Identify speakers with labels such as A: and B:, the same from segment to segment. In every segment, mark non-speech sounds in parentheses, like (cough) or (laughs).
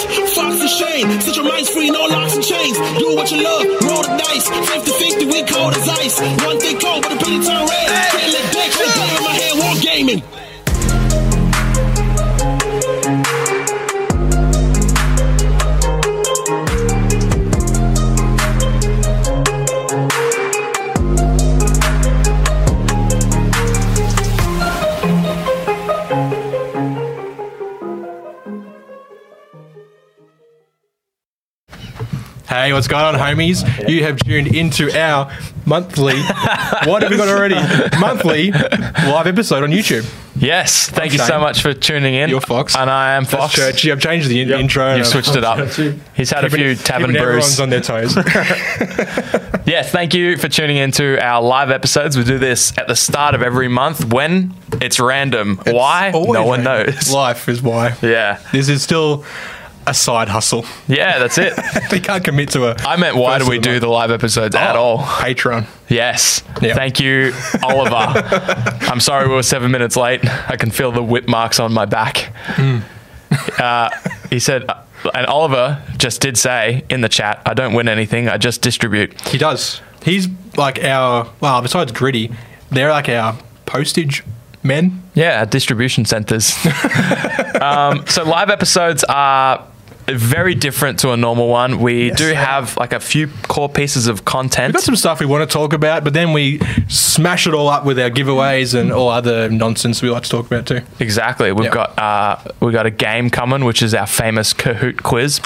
A: and shame. Set your minds free, no locks and chains. Do what you love, roll the dice. 50 50, we cold as ice. One thing cold, but the penny turn red. Can't let that go play with my head, war gaming.
B: Hey, what's going on, homies? You have tuned into our monthly. what have we got already? monthly live episode on YouTube.
C: Yes, thank you so
B: Shane.
C: much for tuning in.
B: You're Fox.
C: and I am
B: That's
C: Fox.
B: churchy. I've changed the in- intro.
C: You've switched it up. He's had a few tavern brews.
B: Everyone's on their toes.
C: Yes, thank you for tuning into our live episodes. We do this at the start of every month. When it's random, (laughs) why? No
B: Always
C: one
B: random.
C: knows.
B: Life is why.
C: Yeah,
B: This is still a side hustle. (laughs)
C: yeah, that's it.
B: we can't commit to a.
C: I meant, why
B: first
C: do we
B: of the
C: do
B: month.
C: the live episodes at all?
B: Patreon.
C: Yes.
B: Yeah.
C: Thank you,
B: (laughs)
C: Oliver. I'm sorry we were seven minutes late. I can feel the whip marks on my back.
B: Hmm.
C: Uh, he said, and Oliver just did say in the chat, I don't win anything, I just distribute.
B: He does. He's like our. Well, besides gritty, they're like our postage men.
C: Yeah, at distribution centers. (laughs) um, so live episodes are very different to a normal one. We do have like a few core pieces of content.
B: We've got some stuff we want to talk about, but then we smash it all up with our giveaways and all other nonsense we like to talk about too.
C: exactly. We've
B: Yeah.
C: got uh, we got a game coming, which is our famous
B: (gasps)
C: Kahoot quiz.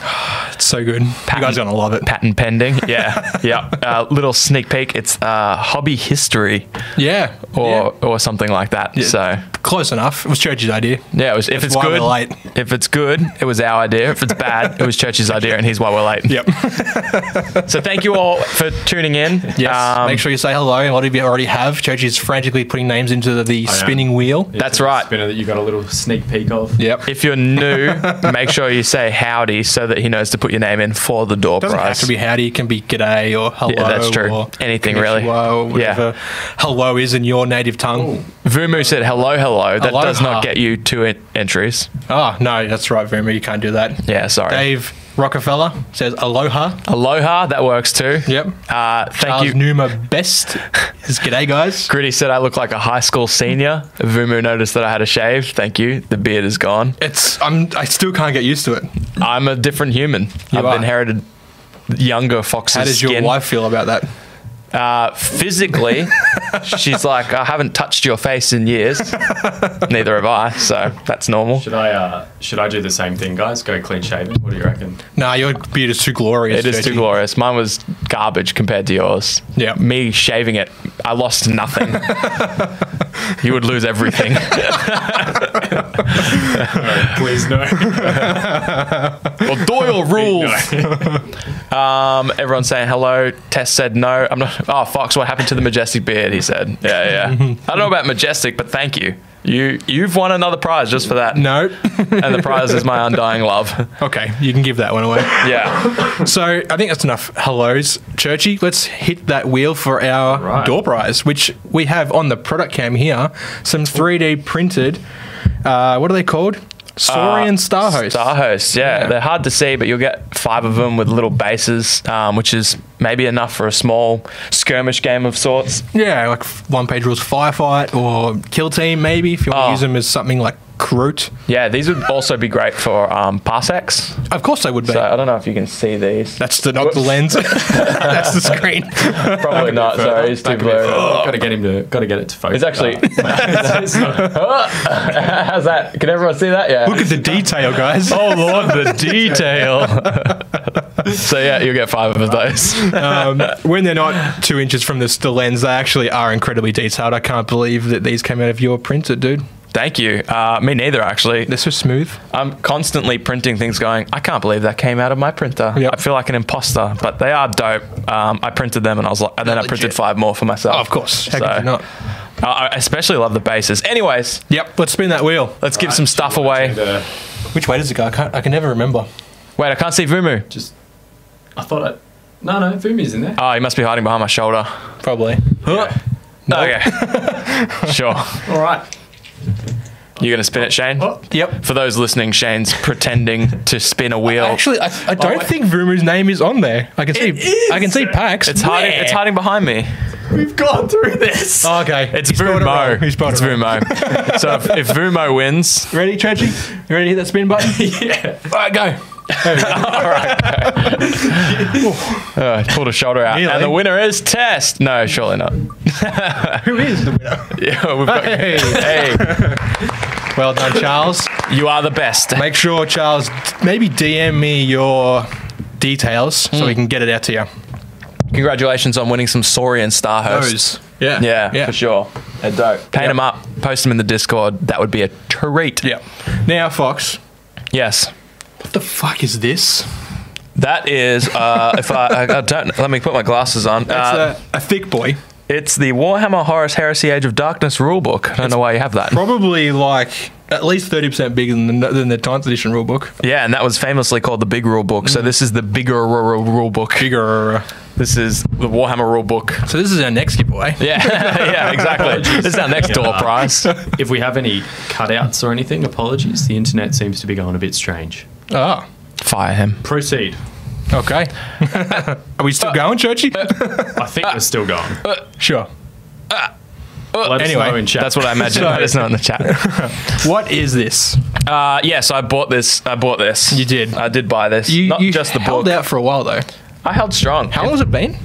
B: It's so good. you guys are gonna love it.
C: patent pending.
B: (laughs)
C: Yeah, yeah. Uh, little sneak peek. It's uh, hobby history
B: Yeah.
C: or or something like that. So
B: Yeah. close enough. It was Church's idea.
C: yeah, it was, if
B: That's
C: it's
B: why we're
C: good,
B: late.
C: if it's good, it was our idea. If it's bad, it
B: (laughs)
C: was Church's idea, and he's why we're late. (laughs)
B: Yep.
C: So thank you all for tuning in.
B: Yes. (laughs)
C: Um,
B: Make sure you say hello. A lot of you already have. Church is frantically putting names into the, the
D: am.
B: spinning wheel.
C: That's right.
D: Spinner that you got a little sneak peek of.
B: Yep.
C: If
B: (laughs)
C: you're new, make sure you say howdy so that he knows to put your name in for the door
B: doesn't
C: prize.
B: have to be howdy. It can be g'day or hello.
C: Yeah, that's true.
B: Or
C: Anything, really.
B: konnichiwa Or
C: Yeah.
B: whatever hello is in your native tongue.
C: Vumu said hello, hello. That does
B: Aloha.
C: not get you two en- entries.
B: Oh, no, that's right, Vuma. You can't do that.
C: Yeah, sorry.
B: Dave Rockefeller says aloha.
C: Aloha, that works too.
B: Yep.
C: Uh, thank
B: Charles
C: you.
B: Numa best. Is g'day guys.
C: Gritty said I look like a high school senior. Vumu noticed that I had a shave. Thank you. The beard is gone.
B: It's I'm I still can't get used to it.
C: I'm a different human. I've
B: are.
C: inherited younger foxes.
B: How does your wife feel about that?
C: Uh, physically, she's like, I haven't touched your face
B: (laughs)
C: in years. Neither have I, so that's normal.
D: Should I uh, should I do the same thing, guys? Go clean shaven. What do you reckon?
B: Nah, your beard is too glorious.
C: It is too
B: Jesse.
C: glorious. Mine was garbage compared to yours.
B: Yeah.
C: Me shaving it, I
B: (laughs)
C: lost nothing. you would lose everything.
D: (laughs) No, please (laughs) no.
C: well, Doyle rules.
D: no.
C: Um, everyone's saying hello. Tess said no. I'm not. Oh, Fox, what happened to the majestic beard? He said. Yeah, yeah.
B: (laughs)
C: I don't know about majestic, but thank you. You you've won another prize just for that.
B: (laughs) No.
C: And the prize
B: (laughs)
C: is my undying love.
B: okay, you can give that one away.
C: (laughs) Yeah.
B: so I think that's enough hellos. Churchy, let's hit that wheel for our
D: Right.
B: door prize, which we have on the product cam here. Some 3D printed, uh, what are they called? Saurian Star Host.
C: Uh, Star host. Yeah.
B: Yeah.
C: They're hard to see, but you'll get five of them with little bases, um, which is maybe enough for a small skirmish game of sorts.
B: yeah, like one page rules firefight or kill team, maybe, if you want to
C: Oh.
B: use them as something like Kroot.
C: Yeah. These would also be great for um, parsecs.
B: Of course they would be.
C: So I don't know if you can see
B: (laughs)
C: these.
B: that's the, not the
C: (laughs)
B: lens. that's the screen.
C: Probably not. Sorry, it's too blurry.
D: Got to get him to. Got to get it to focus.
C: It's actually.
D: (laughs) It's not-
C: (laughs) How's that? Can everyone see that? Yeah.
B: Look at the detail, guys.
C: Oh lord, the detail. so yeah, you'll get five of those.
B: um, when they're not two inches from the, the lens, they actually are incredibly detailed. I can't believe that these came out of your printer, dude.
C: Thank you. Uh, me neither, actually.
B: They're so smooth.
C: I'm constantly printing things, going, I can't believe that came out of my printer.
B: Yep.
C: I feel like an imposter, but they are dope. Um, I printed them, and I was like, and then I printed
B: legit.
C: five more for myself.
B: Oh, of course. How could you not?
C: I- I especially love the bases. Anyways,
B: Yep, let's spin that wheel.
C: let's give some stuff away.
D: uh,
B: Uh, Which way does it go? I, can't, I can never remember.
C: Wait, I can't see Vumu.
D: just. I thought I. No, no, Fumi's in there.
C: Oh, he must be hiding behind my shoulder.
B: Probably.
D: Yeah.
B: (laughs)
C: Okay. sure.
D: All right.
C: You're going to spin it, Shane?
B: Oh, Yep.
C: For those listening, Shane's pretending to spin a wheel.
B: Actually, I, I don't
C: wait.
B: think Vumu's name is on there. I can see.
D: is.
B: I can see Pax.
C: it's hiding, it's hiding behind me.
D: We've gone through this.
B: Oh, okay.
C: It's
B: He spelled it wrong.
C: Vumo.
B: He spelled
C: It's
B: it wrong.
C: Vumo. so if, if Vumo wins,
B: Ready, Trenchy? You ready to hit that spin button?
C: I go. (laughs) All right. uh, pulled a shoulder out,
B: Nearly.
C: and the winner is Test. No, surely (laughs) not.
B: Who is the winner?
C: (laughs) Yeah, we've
B: (laughs)
C: got.
B: Hey.
C: hey,
B: Well done, Charles.
C: you are the best.
B: Make sure, Charles, maybe DM me your details so
C: Hmm.
B: we can get it out to you.
C: Congratulations on winning some Saurian Starhost.
B: Yeah.
C: Yeah,
B: Yeah.
C: for sure. They're dope. Paint
B: Yep.
C: them up, post them in the Discord. That would be a treat.
B: Yeah. Now, Fox,
C: Yes.
B: what the fuck is this?
C: That is, (laughs) uh, if I, I, I don't, let me put my glasses on.
B: It's
C: Uh,
B: a, a thick boy.
C: it's the Warhammer Horus Heresy Age of Darkness rulebook. I don't know why you have that.
B: Probably like at least 30% bigger than the, than the 9th edition rulebook.
C: Yeah, and that was famously called the Big Rule Book. So this is the bigger r- r- rule book.
B: Mm. Bigger.
C: This is the Warhammer rule book.
B: (laughs) So, this is our next giveaway.
C: Yeah, (laughs) yeah,
B: (laughs)
C: exactly. this is our next door prize.
D: If we have any cutouts or anything, apologies. The internet seems to be going a bit strange.
B: Oh,
C: Fire him.
D: Proceed.
C: (laughs)
B: okay. Are we
C: Uh,
B: still going, Churchy?
D: I think we're
C: (laughs)
D: still going.
B: sure.
D: Let
B: anyway,
D: us know in chat.
C: That's what I imagine.
B: Sorry.
C: Let us know in
B: (laughs)
C: the chat.
B: What is this?
C: Uh, yeah, so I bought this. I bought this.
B: You did.
C: I did buy this.
B: You,
C: Not
B: you
C: just the
B: held
C: book.
B: out for a while, though.
C: I held strong.
B: How long has it been?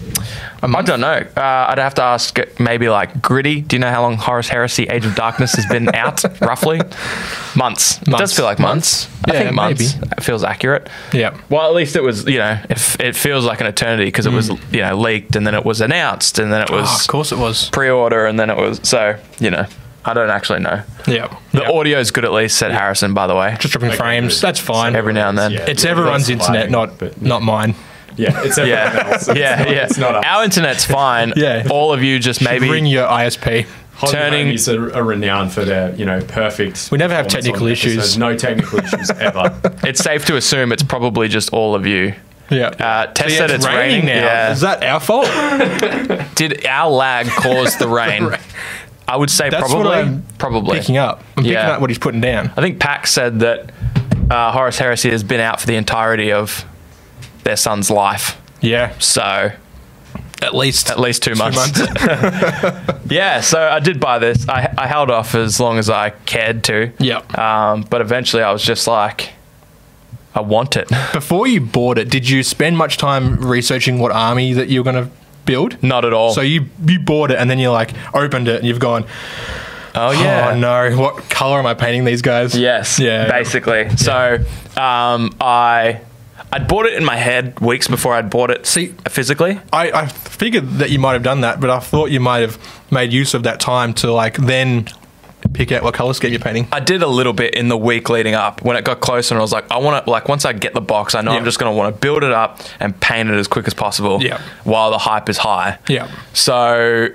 B: A
C: I don't know. Uh, I'd have to ask maybe like Gritty. Do you know how long Horus Heresy Age of Darkness
B: (laughs)
C: has been out, roughly? Months. It does
B: Months.
C: feel like months. I
B: Yeah,
C: think months.
B: maybe.
C: It feels accurate.
B: Yeah.
C: Well, at least it was, you know, if it feels like an eternity because it was, you know, leaked and then it was announced and then it was
B: Mm. Oh, of course it was.
C: pre order and then it was, so, you know, I don't actually know.
B: Yeah.
C: The
B: yeah.
C: audio's good at least, said Harrison, by the way.
B: Just dropping frames.
D: good.
B: That's fine.
C: Every now and then.
D: Yeah.
B: it's everyone's
D: That's
B: internet,
D: fine,
B: not
D: but-
B: not mine.
D: (laughs) yeah, it's everyone
C: Yeah.
B: (laughs)
D: else. It's
C: yeah,
D: not-
C: yeah.
D: It's not us.
C: Our internet's fine.
B: Yeah.
C: All of you just maybe.
B: Ring your ISP.
C: turning-
D: turning is a, a renowned for their you know perfect.
B: We never have
D: performance
B: technical
D: on
B: issues.
D: episodes. No technical
B: (laughs)
D: issues ever.
C: it's safe to assume it's probably just all of you.
B: Yeah.
C: Uh, Tess said it's raining,
B: now.
C: yeah.
B: Is that our fault?
C: Did our lag cause
B: (laughs)
C: the rain? I would say
B: That's
C: probably.
B: what I'm
C: probably.
B: picking up. I'm picking
C: Yeah.
B: up what he's putting down.
C: I think Pax said that uh, Horace Heresy has been out for the entirety of their son's life.
B: Yeah.
C: So
B: At least.
C: at least two months.
B: months.
C: (laughs) yeah, so I did buy this. I, I held off as long as I cared to.
B: Yeah.
C: Um, but eventually I was just like, I want it.
B: (laughs)
C: (laughs)
B: Before you bought it, did you spend much time researching what army that you were going to build?
C: Not at all.
B: So you you bought it and then you like opened it and you've gone,
C: oh, yeah.
B: oh no, what color am I painting these guys?
C: Yes.
B: Yeah.
C: Basically. So um, I I'd bought it in my head weeks before I'd bought it
B: See-
C: physically.
B: I, I figured that you might have done that, but I thought you might have made use of that time to like then pick out what color scheme you're painting.
C: I did a little bit in the week leading up when it got closer, and I was like, I want to like once I get the box, I know
B: Yeah.
C: I'm just going to want to build it up and paint it as quick as possible.
B: Yeah.
C: While the hype is high.
B: Yeah.
C: So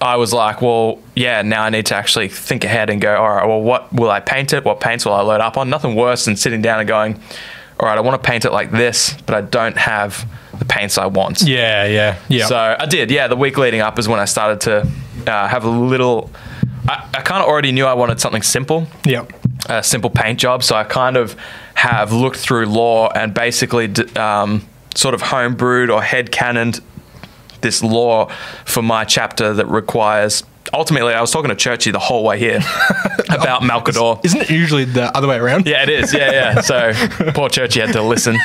C: I was like, well, yeah, now I need to actually think ahead and go, all right, well, what will I paint it? What paints will I load up on? Nothing worse than sitting down and going, all right, I want to paint it like this, but I don't have the paints I want.
B: Yeah, yeah, yeah.
C: So I did, yeah. The week leading up is when I started to uh, have a little. I, I kind of already knew I wanted something simple,
B: yeah,
C: a simple paint job. So I kind of have looked through law and basically d- um, sort of homebrewed or head cannoned this law for my chapter that requires. Ultimately, I was talking to Churchy the whole way here about Malcador.
B: isn't it usually the other way around?
C: Yeah, it is. Yeah, yeah. So poor Churchy had to listen.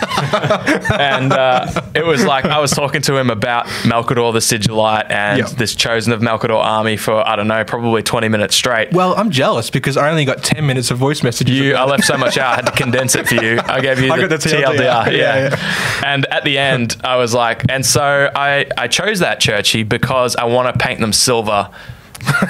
C: and uh, it was like I was talking to him about Malkador the Sigilite and
B: Yeah.
C: this chosen of Malkador army for, I don't know, probably 20 minutes straight.
B: Well, I'm jealous because I only got ten minutes of voice messages. (laughs)
C: You, I left so much out. I had to condense it for you. I gave you
B: I
C: the,
B: got the
C: TLDR.
B: TLDR.
C: Yeah.
B: Yeah,
C: And at the end, I was like, and so I, I chose that Churchy because I want to paint
B: (laughs)
C: them silver.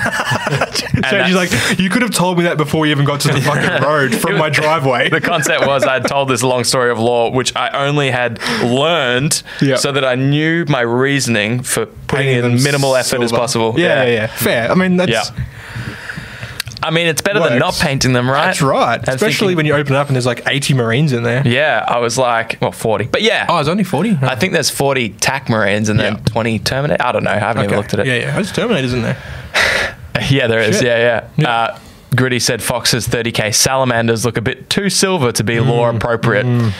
C: And
B: so she's
C: that-
B: like, you could have told me that before you even got
C: (laughs)
B: to the fucking road from my driveway.
C: the concept was I'd told this long story of law, which I only had learned
B: Yeah.
C: so that I knew my reasoning for putting
B: Painting
C: in
B: them
C: minimal effort
B: silver.
C: as possible.
B: Yeah, yeah, yeah, Fair. I mean, that's
C: Yeah. I mean, it's better than not
B: Works.
C: painting them, right?
B: that's right.
C: And
B: Especially
C: thinking-
B: when you open it up and there's like 80 Marines in there.
C: Yeah, I was like, well, 40. But yeah,
B: Oh, it's only 40.
C: I think there's 40 TAC Marines and
B: Yeah.
C: then 20 Terminator. I don't know. I haven't even looked at it.
B: Yeah, yeah. There's Terminators in there.
C: (laughs) Yeah, there is.
B: Shit.
C: Yeah, yeah. Uh, Gritty said Fox's 30k salamanders look a bit too silver to be lore
B: Mm.
C: appropriate.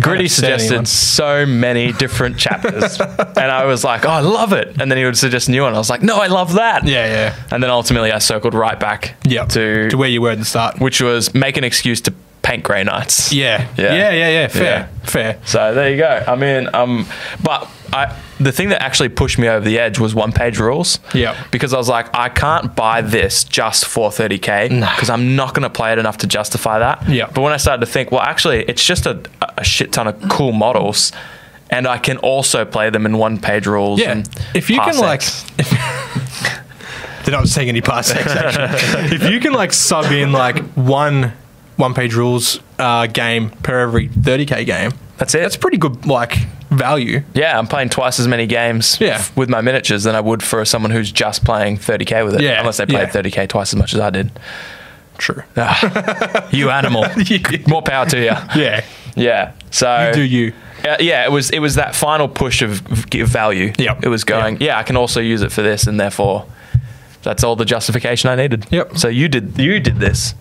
C: Gritty
B: upset
C: suggested
B: anyone.
C: so many
B: (laughs)
C: different chapters, and I was like, "Oh, I love it!" And then he would suggest a new one. I was like, "No, I love that!"
B: Yeah, yeah.
C: And then ultimately, I circled right back
B: Yeah.
C: to,
B: to where you were at the start.
C: which was make an excuse to paint Grey Knights.
B: Yeah.
C: Yeah.
B: Yeah. Yeah. Yeah. Fair.
C: Yeah.
B: Fair.
C: So there you go. I mean, um, but I the thing that actually pushed me over the edge was one page rules.
B: Yeah.
C: Because I was like, I can't buy this just for 30k because I'm not going to play it enough to justify that.
B: Yeah.
C: But when I started to think, well, actually, it's just a, a shit ton of cool models, and I can also play them in one page rules.
B: Yeah.
C: And
B: If you can like,
C: Mm. parsecs.
B: (laughs) they're not saying any parsecs actually. if you can like sub in like one one page rules uh, game per every 30k game,
C: That's it.
B: That's pretty good like value.
C: yeah, I'm playing twice as many games
B: Yeah.
C: f- with my miniatures than I would for someone who's just playing 30k with it.
B: Yeah,
C: Unless they played
B: yeah.
C: 30k twice as much as I did.
B: True.
C: Ah,
B: (laughs)
C: you animal. More power to you.
B: Yeah.
C: Yeah. So
B: Do you?
C: Uh, yeah, it was it was that final push of v- give value.
B: Yep.
C: It was going, yeah. I can also use it for this and therefore that's all the justification I needed.
B: Yep.
C: So you did you did this.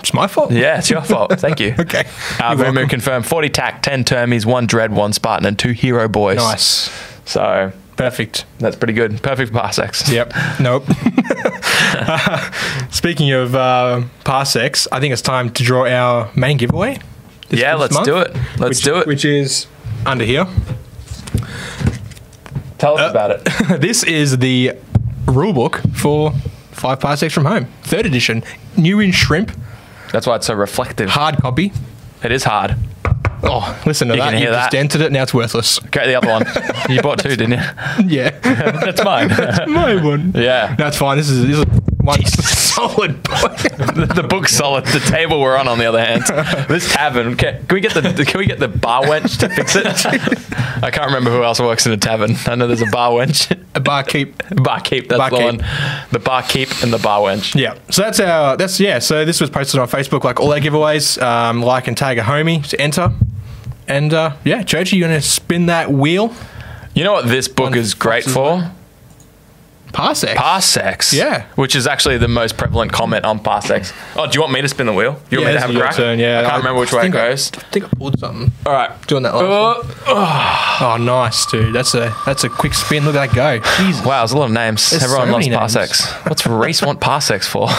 B: It's my fault.
C: Yeah, it's your fault. Thank you.
B: (laughs) Okay.
C: Uh,
B: You're welcome.
C: Vumu confirmed 40 tac, 10 termies, 1 dread, 1 Spartan and 2 hero boys.
B: Nice.
C: So
B: Perfect.
C: that's pretty good. Perfect for parsecs.
B: Yep. Nope. (laughs) Uh, speaking of uh, parsecs, I think it's time to draw our main giveaway. this-
C: Yeah,
B: this
C: let's
B: month,
C: do it. Let's
B: which-
C: do it.
B: Which is under here.
C: Tell
B: Uh.
C: us
B: (laughs)
C: about it.
B: this is the rule book for Five Parsecs from Home, third edition, new in shrimp,
C: That's why it's so reflective.
B: hard copy.
C: It is hard.
B: Oh, listen to
C: You
B: that.
C: can
B: You
C: hear
B: just
C: that.
B: dented it. Now it's
C: (laughs)
B: worthless.
C: Get the
B: (laughs)
C: other one. You bought two, didn't you?
B: yeah. (laughs)
C: That's mine. (laughs)
B: My one.
C: yeah.
B: That's fine. This is, this is one (laughs) solid boy.
C: the, the book's solid. The table we're on, on the other hand, this tavern. Can, can we get the Can we get the bar wench to fix it?
B: (laughs)
C: I can't remember who else works in a tavern. I know there's a bar wench, (laughs)
B: A barkeep.
C: barkeep. That's the
B: Barkeep.
C: one. The barkeep and the bar wench.
B: Yeah. So that's our that's yeah. So this was posted on Facebook, like all our giveaways. Um, like and tag a homie to enter. And uh, yeah, Churchy, you're gonna spin that wheel.
C: You know what this book
B: One
C: is great
B: fox's
C: for?
B: Parsec.
C: Parsecs.
B: Yeah.
C: Which is actually the most prevalent comment on parsecs. Oh, do you want me to spin the wheel? You want me to
B: this
C: have
B: is
C: a
B: your
C: crack?
B: turn, yeah.
C: I can't remember which way it
B: think I-
C: goes.
B: I think I pulled something.
C: All right.
B: Doing that last.
C: Uh,
B: Oh, nice, dude. That's a that's a quick spin. Look at that go. Jesus.
C: Wow, there's a lot of names.
B: There's
C: Everyone
B: so
C: loves
B: many names.
C: parsecs. (laughs) What's Reese want parsecs for? (laughs)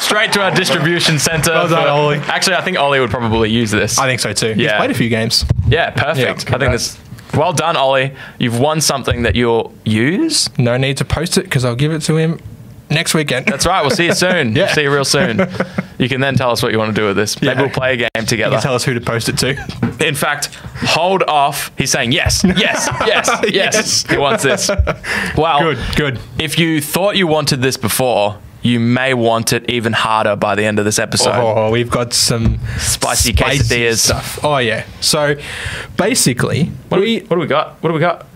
C: Straight to our distribution center.
B: Well done,
C: for-
B: Ollie.
C: Actually, I think Ollie would probably use this.
B: I think so too. He's
C: Yeah.
B: played a few games.
C: yeah, perfect.
B: Yeah,
C: I think this. Well done, Ollie. You've won something that you'll use.
B: No need to post it because I'll give it to him next weekend.
C: That's right. We'll see you soon.
B: (laughs) Yeah.
C: See you real soon. You can then tell us what you want to do with this. Maybe
B: Yeah.
C: we'll play a game
B: you
C: together.
B: can tell us who to post it to.
C: In fact, hold off. He's saying
B: (laughs)
C: yes, yes, yes, yes.
B: Yes.
C: He wants this. Wow.
B: Good, good.
C: If you thought you wanted this before, you may want it even harder by the end of this episode.
B: (laughs) Oh, we've got some
C: Spicy quesadillas.
B: stuff. Oh yeah. So basically,
C: What, do we,
B: we
C: what do we got? What do we got?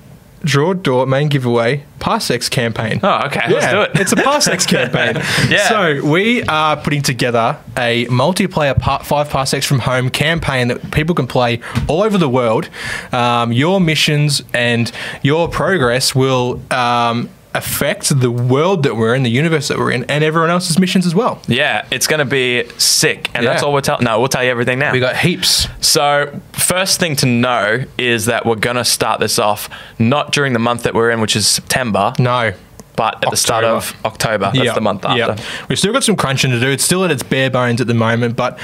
B: draw door main giveaway parsecs campaign.
C: Oh, okay. Let's do it.
B: It's a
C: (laughs)
B: parsecs campaign.
C: Yeah.
B: So we are putting together a multiplayer part five parsecs from home campaign that people can play all over the world. Um, your missions and your progress will. Um, affect the world that we're in, the universe that we're in, and everyone else's missions as well.
C: yeah, it's going to be sick. And that's
B: Yeah.
C: all we're telling. No, we'll tell you everything now.
B: We got heaps.
C: So, first thing to know is that we're going to start this off not during the month that we're in, which is September,
B: No.
C: but at the start of October. That's
B: Yeah,
C: the month after.
B: yeah. We've still got some crunching to do. It's still at its bare bones at the moment, but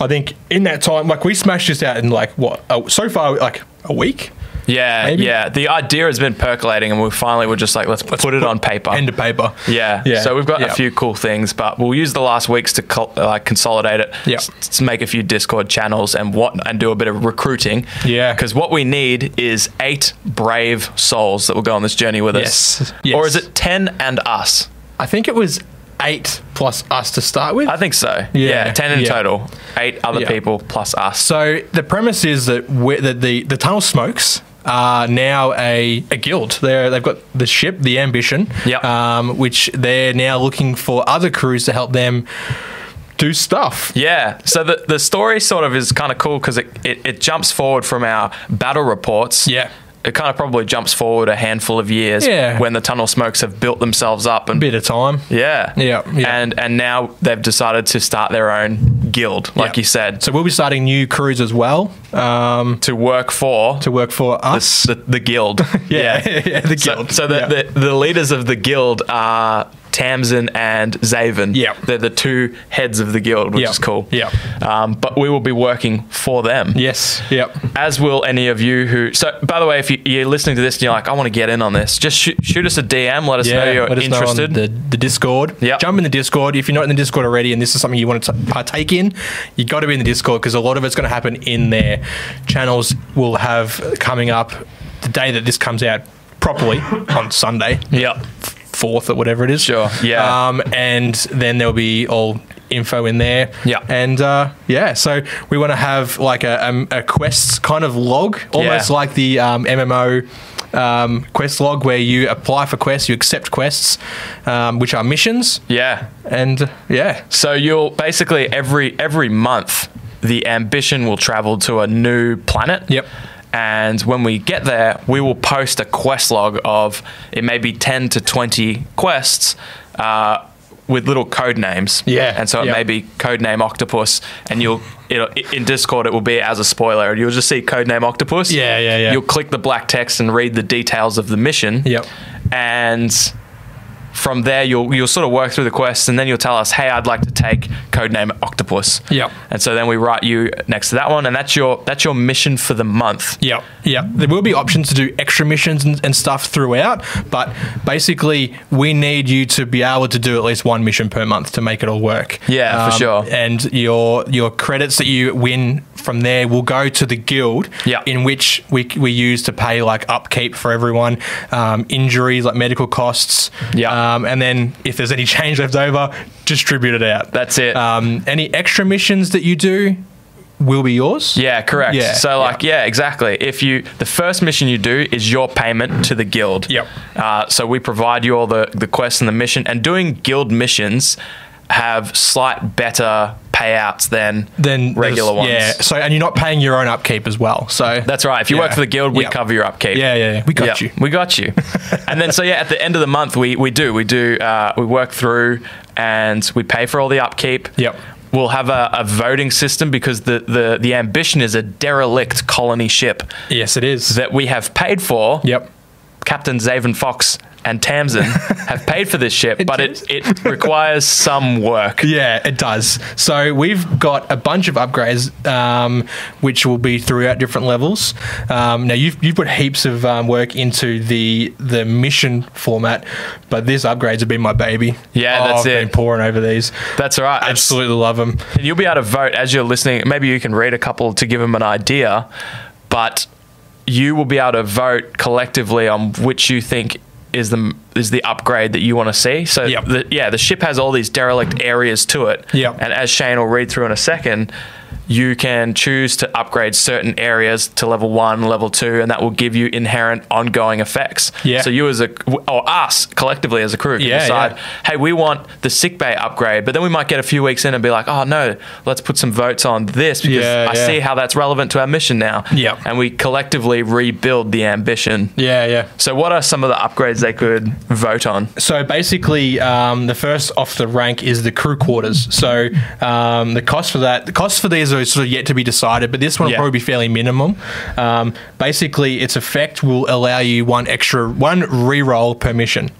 B: I think in that time, like we smashed this out in like what uh, so far, like a week.
C: Yeah,
B: Maybe.
C: yeah. The idea has been percolating, and we finally were just like, let's, put it on paper.
B: End of paper.
C: yeah. So we've got a
B: yeah.
C: few cool things, but we'll use the last weeks to col- like consolidate it.
B: Yeah.
C: s- s- make a few Discord channels and what, and do a bit of recruiting.
B: Yeah.
C: Because what we need is eight brave souls that will go on this journey with us.
B: Yes, yes.
C: Or is it ten and us?
B: I think it was eight plus us to start with.
C: I think so.
B: Yeah,
C: ten in
B: yeah.
C: total. Eight other
B: Yeah.
C: people plus us.
B: So the premise is that we that the the tunnel smokes are now a, a guild. They're, they've got the ship, the ambition,
C: Yep.
B: um, which they're now looking for other crews to help them do stuff.
C: Yeah. So the, the story sort of is kind of cool because it, it, it jumps forward from our battle reports.
B: Yeah.
C: it kind of probably jumps forward a handful of years
B: Yeah.
C: when the tunnel smokes have built themselves up and
B: bit of time.
C: yeah.
B: Yeah, yeah.
C: And and now they've decided to start their own guild, like
B: Yeah.
C: you said,
B: So we'll be starting new crews as well um,
C: to work for
B: to work for us.
C: the, the guild.
B: (laughs) Yeah, yeah, the
C: So-
B: guild.
C: So, the,
B: Yeah.
C: the, the leaders of the guild are Tamsin and Zaven.
B: Yeah.
C: They're the two heads of the guild, which
B: Yeah.
C: is cool.
B: Yeah.
C: Um, but we will be working for them.
B: Yes. Yep.
C: As will any of you who. So, by the way, if you, you're listening to this and you're like, I want to get in on this, just shoot, shoot us a DM. Let us know you're
B: let us
C: interested.
B: Know on the, the Discord.
C: Yep.
B: Jump in the Discord. If you're not in the Discord already and this is something you want to t- partake in, you got to be in the Discord because a lot of it's going to happen in there. Channels will have coming up the day that this comes out properly on Sunday.
C: Yep.
B: Fourth or whatever it is.
C: Sure, yeah.
B: Um, and then there'll be all info in there.
C: Yeah.
B: And uh, yeah, so we want to have like a, um, a quests kind of log, almost
C: Yeah.
B: like the um, MMO um, quest log where you apply for quests, you accept quests, um, which are missions.
C: Yeah.
B: And uh, yeah,
C: So you'll basically every every month the ambition will travel to a new planet.
B: Yep.
C: And when we get there, we will post a quest log of it may be ten to twenty quests uh, with little code names.
B: Yeah.
C: And so it
B: Yep.
C: may be codename Octopus, and you'll it'll, i- in Discord it will be as a spoiler. You'll just see codename Octopus.
B: Yeah, yeah, yeah.
C: You'll click the black text and read the details of the mission.
B: Yep.
C: And from there you'll you'll sort of work through the quest and then you'll tell us, hey, I'd like to take codename Octopus.
B: Yep.
C: And so then we write you next to that one, and that's your that's your mission for the month.
B: Yeah, yeah. There will be options to do extra missions and, and stuff throughout, but basically, we need you to be able to do at least one mission per month to make it all work. Um,
C: Yeah, for sure.
B: And your your credits that you win from there will go to the guild.
C: Yeah.
B: In which we, we use to pay like upkeep for everyone, um, injuries like medical costs.
C: Yeah.
B: Um, and then if there's any (laughs) change left over, distribute it out.
C: That's it.
B: Um, any extra missions that you do will be yours.
C: Yeah, correct.
B: Yeah,
C: so like, yeah. exactly. If you the first mission you do is your payment to the guild.
B: Yep.
C: Uh, so we provide you all the the quest and the mission, and doing guild missions have slight better payouts than
B: than
C: regular ones.
B: Yeah. So and you're not paying your own upkeep as well. So
C: That's right. If you work
B: Yeah.
C: for the guild, we
B: Yeah.
C: cover your upkeep.
B: Yeah, yeah, yeah. We got you.
C: We got
B: (laughs)
C: you. and then so yeah, at the end of the month, we we do we do uh, we work through and we pay for all the upkeep.
B: Yep.
C: We'll have a, a voting system because the, the, the ambition is a derelict colony ship
B: Yes, it is.
C: that we have paid for.
B: yep.
C: Captain Zaven Fox and
B: (laughs)
C: Tamsin have paid for this ship, but it, it requires some
B: (laughs)
C: work.
B: Yeah, it does. So we've got a bunch of upgrades, um, which will be throughout different levels. Um, now you've, you've put heaps of um, work into the the mission format, but these upgrades have been my baby.
C: Yeah, that's
B: I've Been
C: it.
B: pouring over these.
C: That's all right. It's-
B: Absolutely love them.
C: And you'll be able to vote as you're listening. Maybe you can read a couple to give them an idea, but you will be able to vote collectively on which you think is the is the upgrade that you want to see. So
B: Yep.
C: the, yeah, the ship has all these derelict areas to it.
B: Yep.
C: And as Shane will read through in a second, you can choose to upgrade certain areas to level 1, level 2 and that will give you inherent ongoing effects.
B: Yeah.
C: So you as a or us collectively as a crew can
B: Yeah,
C: decide
B: yeah.
C: hey, we want the sick bay upgrade, but then we might get a few weeks in and be like, oh no, let's put some votes on this because
B: Yeah,
C: I
B: yeah.
C: see how that's relevant to our mission now.
B: Yep.
C: And we collectively rebuild the ambition.
B: Yeah, yeah.
C: So, what are some of the upgrades they could vote on?
B: So basically, um, the first off the rank is the crew quarters. So um, the cost for that, the cost for these are sort of yet to be decided, but this one
C: Yeah.
B: will probably be fairly minimum. Um, basically, its effect will allow you one extra one reroll per mission.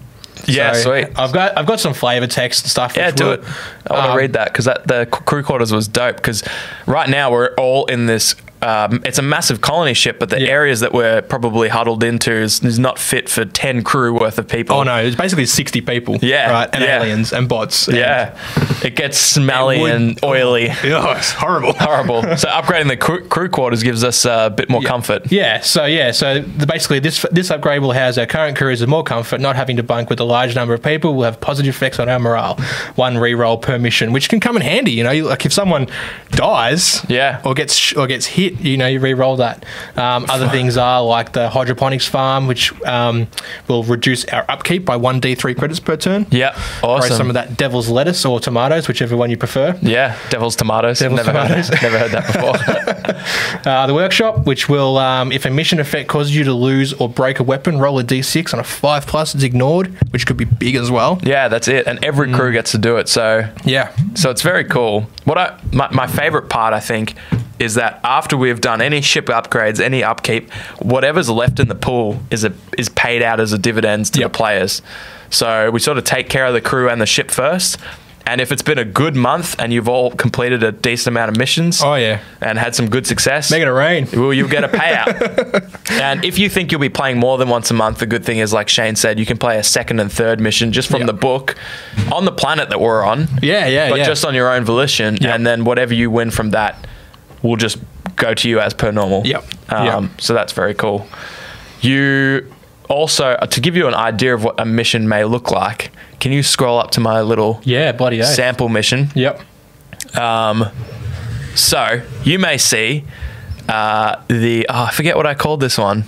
C: Yeah,
B: So
C: sweet.
B: I've got I've got some flavor text and stuff.
C: Yeah,
B: which
C: do
B: will- um,
C: it. I want to read that because that the c- crew quarters was dope. Because right now we're all in this. Um, it's a massive colony ship, but the
B: Yeah.
C: areas that we're probably huddled into is, is not fit for ten crew worth of people.
B: Oh no, it's basically sixty people.
C: Yeah,
B: right, and
C: yeah.
B: aliens and bots. and-
C: Yeah, it gets smelly
B: It would- (laughs)
C: and oily.
B: Oh, it's horrible.
C: (laughs) horrible. So upgrading the crew, crew quarters gives us a bit more comfort.
B: Yeah, so yeah, so the, basically this this upgrade will house our current crews with more comfort, not having to bunk with a large number of people will have positive effects on our morale. One reroll per mission, which can come in handy, you know, like if someone dies
C: Yeah.
B: or gets sh- or gets hit shit, you know, you re-roll that. Um, other things are like the hydroponics farm, which um, will reduce our upkeep by one d3 credits per turn.
C: Yeah, awesome.
B: Or some of that devil's lettuce or tomatoes, whichever one you prefer.
C: Yeah, devil's tomatoes.
B: Devil's
C: never Heard
B: tomatoes.
C: that, never heard that
B: (laughs)
C: before.
B: Uh, the workshop, which will, um, if a mission effect causes you to lose or break a weapon, roll a d6 on a five plus. It's ignored, which could be big as well.
C: yeah, that's it. And every crew gets to do it. So
B: Mm. Yeah.
C: So it's very cool. What I my, my favorite part I think is that after we've done any ship upgrades, any upkeep, whatever's left in the pool is a, is paid out as a dividends to
B: Yep.
C: the players. So we sort of take care of the crew and the ship first. And if it's been a good month and you've all completed a decent amount of missions,
B: Oh, yeah.
C: and had some good success,
B: Make it rain.
C: well, you'll get
B: (laughs)
C: a payout. and if you think you'll be playing more than once a month, the good thing is, like Shane said, you can play a second and third mission just from
B: Yep.
C: the book on the planet that we're on.
B: Yeah, yeah,
C: But
B: yeah.
C: just on your own volition. And then whatever you win from that will just go to you as per normal.
B: Yep.
C: Um, So that's very cool. You also, uh, to give you an idea of what a mission may look like, can you scroll up to my little
B: Yeah, bloody oath.
C: sample mission?
B: Yep.
C: So you may see uh, the oh, I forget what I called this one.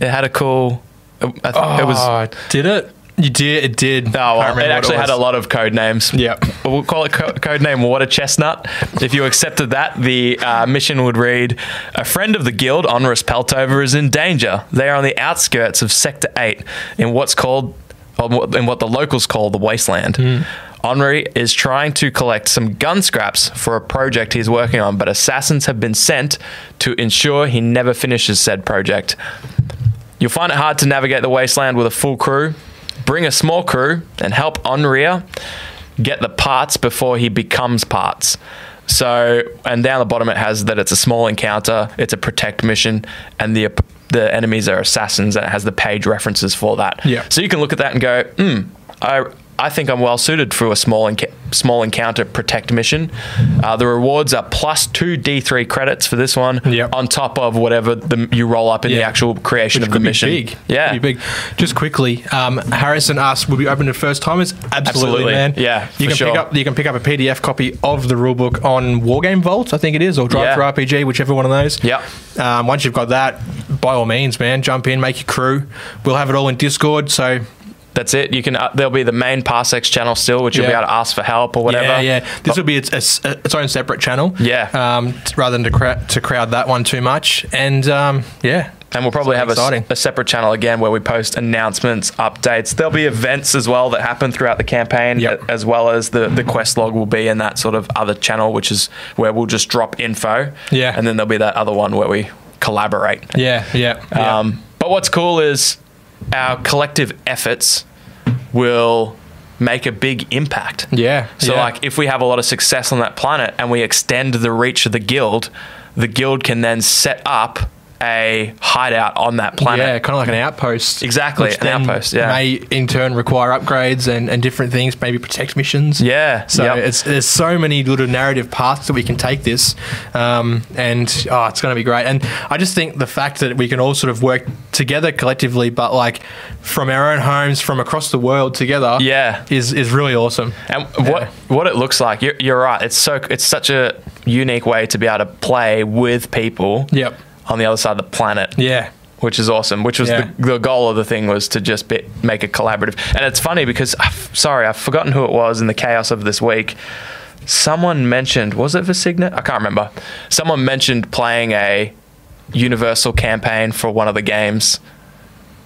C: It had a cool. I th- it was
B: Oh, did it? You did. It did.
C: no,
B: Can't
C: well,
B: remember
C: it
B: what
C: actually
B: was.
C: had a lot of code names.
B: Yep.
C: Well, we'll call it co- code name Water Chestnut. If you accepted that, the uh, mission would read: A friend of the guild, Onorous Peltover, is in danger. They are on the outskirts of Sector Eight in what's called, or what- in what the locals call the Wasteland. Henri is trying to collect some gun scraps for a project he's working on, but assassins have been sent to ensure he never finishes said project. You'll find it hard to navigate the wasteland with a full crew. Bring a small crew and help Onria get the parts before he becomes parts. So, and down the bottom it has that it's a small encounter, it's a protect mission, and the the enemies are assassins, and it has the page references for that.
B: Yeah.
C: So you can look at that and go, hmm, I I think I'm well suited for a small enc- small encounter protect mission. Uh, the rewards are plus two D3 credits for this one,
B: Yep.
C: on top of whatever the, you roll up in the
B: Yeah.
C: actual creation
B: Which
C: of
B: could
C: the
B: be
C: mission.
B: Big.
C: Yeah.
B: Could be big. Just quickly, um, Harrison asked, "Will be open to first timers?" Absolutely,
C: Absolutely.
B: man.
C: Yeah,
B: you
C: for
B: can
C: sure.
B: pick up you can pick up a PDF copy of the rulebook on Wargame Vault, I think it is, or Drive
C: Yeah.
B: Through RPG, whichever one of those.
C: Yep.
B: Um, once you've got that, by all means, man, jump in, make your crew. We'll have it all in Discord. So
C: That's it. You can uh, there'll be the main Parsecs channel still, which you'll be
B: Yeah.
C: able to ask for help or whatever.
B: Yeah, yeah. This will be its, its, its own separate channel.
C: Oh. Yeah.
B: Um, t- rather than to, cra- to crowd that one too much. And um, yeah.
C: And we'll probably
B: It's
C: have a,
B: exciting.
C: s- a separate channel again where we post announcements, updates. There'll be events as well that happen throughout the campaign,
B: Yep.
C: a- as well as the, the quest log will be in that sort of other channel, which is where we'll just drop info.
B: Yeah.
C: And then there'll be that other one where we collaborate.
B: Yeah, yeah. yeah.
C: Um, but what's cool is our collective efforts will make a big impact.
B: Yeah,
C: So,
B: yeah.
C: like, if we have a lot of success on that planet and we extend the reach of the guild, the guild can then set up a hideout on that planet.
B: Yeah, kind of like an outpost.
C: Exactly,
B: which
C: an
B: then
C: outpost, yeah.
B: may in turn require upgrades and, and different things, maybe protect missions.
C: Yeah,
B: So
C: yep.
B: it's, there's so many little narrative paths that we can take this, um, and oh, it's going to be great. And I just think the fact that we can all sort of work together collectively, but like from our own homes, from across the world together,
C: Yeah.
B: is is really awesome.
C: And what what it looks like, you're, you're right. It's so it's such a unique way to be able to play with people.
B: Yep.
C: On the other side of the planet.
B: Yeah.
C: which is awesome. Which was
B: Yeah.
C: the, the goal of the thing was to just be, make a collaborative. And it's funny because I've, sorry, I've forgotten who it was in the chaos of this week. Someone mentioned was it Vesigna? I can't remember. Someone mentioned playing a universal campaign for one of the games.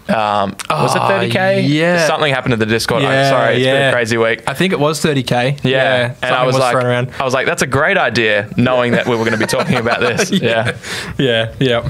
C: Um, was it
B: Ah,
C: 30k?
B: yeah.
C: Something happened to the Discord. I'm sorry, it's been a crazy week.
B: I think it was 30k.
C: Yeah. and I
B: something
C: was, like,
B: thrown around.
C: I was like, that's a great idea, knowing that we were going to be talking
B: (laughs)
C: about this. yeah.
B: yeah, yeah,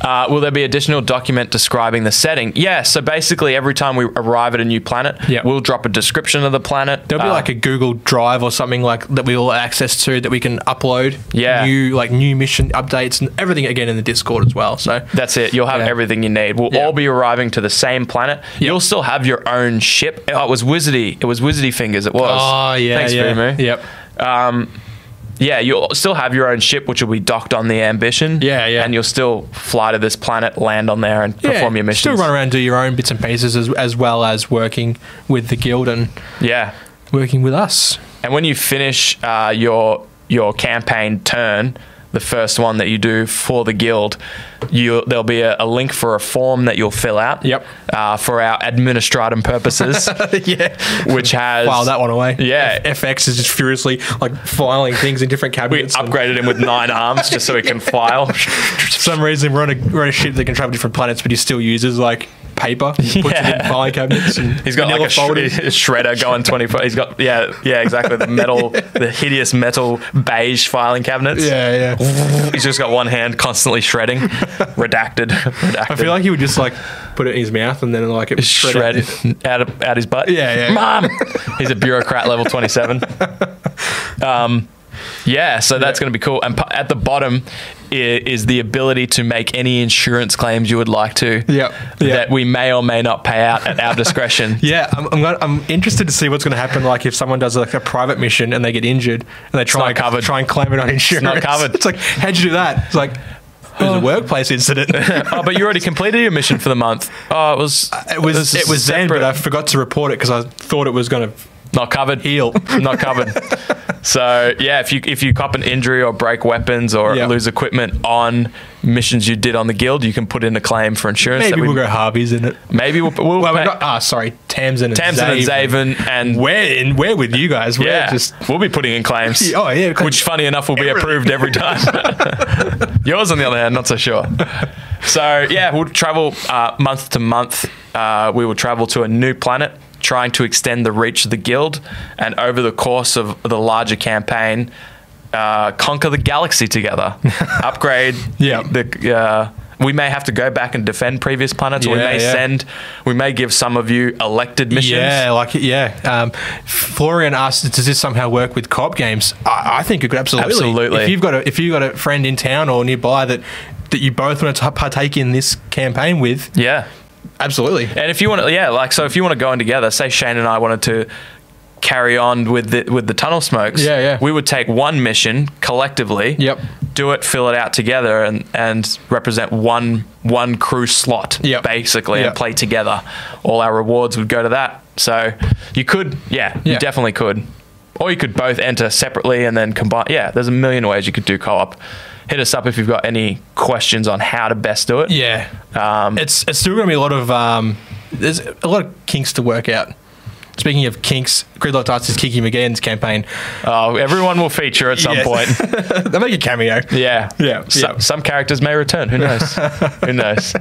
C: Uh, will there be additional document describing the setting? Yeah. So basically, every time we arrive at a new planet,
B: Yeah.
C: we'll drop a description of the planet. Uh,
B: there'll be like a Google Drive or something like that we all have access to that we can upload.
C: Yeah.
B: new like new mission updates and everything again in the Discord as well. So
C: That's it. You'll have
B: Yeah.
C: everything you need. We'll
B: Yeah.
C: all be arriving to the same planet. You'll still have your own ship. Oh, it was Wizardy. It was Wizardy Fingers. It was.
B: oh yeah,
C: Thanks,
B: yeah,
C: Fumu.
B: yep,
C: Yeah, you'll still have your own ship, which will be docked on the Ambition.
B: Yeah, yeah.
C: And you'll still fly to this planet, land on there, and perform
B: Yeah,
C: your missions.
B: Still run around, and do your own bits and pieces as as well as working with the guild and
C: Yeah. (laughs)
B: working with us.
C: And when you finish uh, your your campaign turn, the first one that you do for the guild, you there'll be a, a link for a form that you'll fill out.
B: Yep.
C: Uh, for our
B: (laughs)
C: administratum purposes,
B: yeah.
C: which has
B: File that one away.
C: Yeah.
B: F- FX is just furiously like filing things in different
C: We
B: cabinets. and-
C: upgraded him
B: (laughs)
C: with nine arms just so he can file. (laughs)
B: for some reason we're on a we're on a ship that can travel different planets, but he still uses like paper. He puts it in
C: Yeah.
B: filing cabinets. And
C: (laughs) He's got
B: vanilla
C: like a, sh-
B: folders.
C: a shredder going 24. He's got, yeah, yeah, exactly. The
B: (laughs)
C: metal, the hideous metal beige filing cabinets.
B: yeah, yeah.
C: He's just got one hand constantly shredding. (laughs) Redacted. Redacted.
B: I feel like he would just like put it in his mouth and then like it would shred.
C: shred
B: it.
C: out of, out his butt.
B: Yeah, yeah.
C: Mom. He's a bureaucrat
B: (laughs)
C: level 27. Um, yeah, so that's going to be cool. And pa- at the bottom i- is the ability to make any insurance claims you would like to.
B: Yep, yep.
C: That we may or may not pay out
B: (laughs)
C: at our discretion.
B: Yeah, I'm, I'm, gonna, I'm interested to see what's going to happen. Like if someone does like a private mission and they get injured and they try
C: not
B: and
C: covered.
B: try and claim it on insurance.
C: not
B: (laughs)
C: covered.
B: It's like how'd you do that? It's like it was a workplace incident.
C: (laughs) oh, but you already completed your mission for the month. Oh, it was
B: (laughs) It was
C: this is
B: it was then, but I forgot to report it because I thought it was going to
C: not covered.
B: heal.
C: (laughs) not covered. so yeah, if you if you cop an injury or break weapons or
B: Yeah.
C: lose equipment on missions you did on the guild, you can put in a claim for insurance.
B: Maybe
C: that we-
B: we'll go Harvey's in it.
C: Maybe we'll. we'll
B: Well, we
C: pay-
B: got ah, sorry, Tamsin and
C: Tamsin and Zaven and
B: We're in. We're with you guys. We're
C: yeah,
B: just
C: we'll be putting in claims.
B: Oh, (laughs) yeah, claims.
C: which funny enough will be approved every time.
B: (laughs)
C: Yours, on the other hand, not so sure. So yeah, we'll travel uh, month to month. Uh, we will travel to a new planet, trying to extend the reach of the guild, and over the course of the larger campaign, uh, conquer the galaxy
B: (laughs)
C: together. Upgrade.
B: Yeah.
C: The, uh, we may have to go back and defend previous planets, or we
B: Yeah,
C: may
B: yeah.
C: send, we may give some of you elected missions.
B: Yeah, like yeah. Um, Florian asked, "Does this somehow work with cop games?" I, I think it could absolutely.
C: Absolutely.
B: If you've got a if you've got a friend in town or nearby that that you both want to partake in this campaign with,
C: Yeah.
B: absolutely.
C: And if you want to, yeah, like so, if you want to go in together, say Shane and I wanted to carry on with the with the tunnel smokes.
B: Yeah, yeah.
C: We would take one mission collectively.
B: Yep.
C: Do it, fill it out together, and and represent one one crew slot.
B: Yep.
C: Basically,
B: Yep.
C: and play together. All our rewards would go to that. So you could, yeah,
B: Yeah.
C: you definitely could. Or you could both enter separately and then combine. Yeah, there's a million ways you could do co-op. Hit us up if you've got any questions on how to best do it.
B: Yeah,
C: Um,
B: it's it's still going to be a lot of um, there's a lot of kinks to work out. Speaking of kinks, Gridlock Darts is Kiki McGann's campaign.
C: oh, everyone will feature at some
B: Yes.
C: (laughs)
B: (laughs)
C: point.
B: They'll make a cameo.
C: Yeah.
B: Yeah,
C: So,
B: yeah.
C: Some characters may return.
B: (laughs)
C: Who knows? Who knows?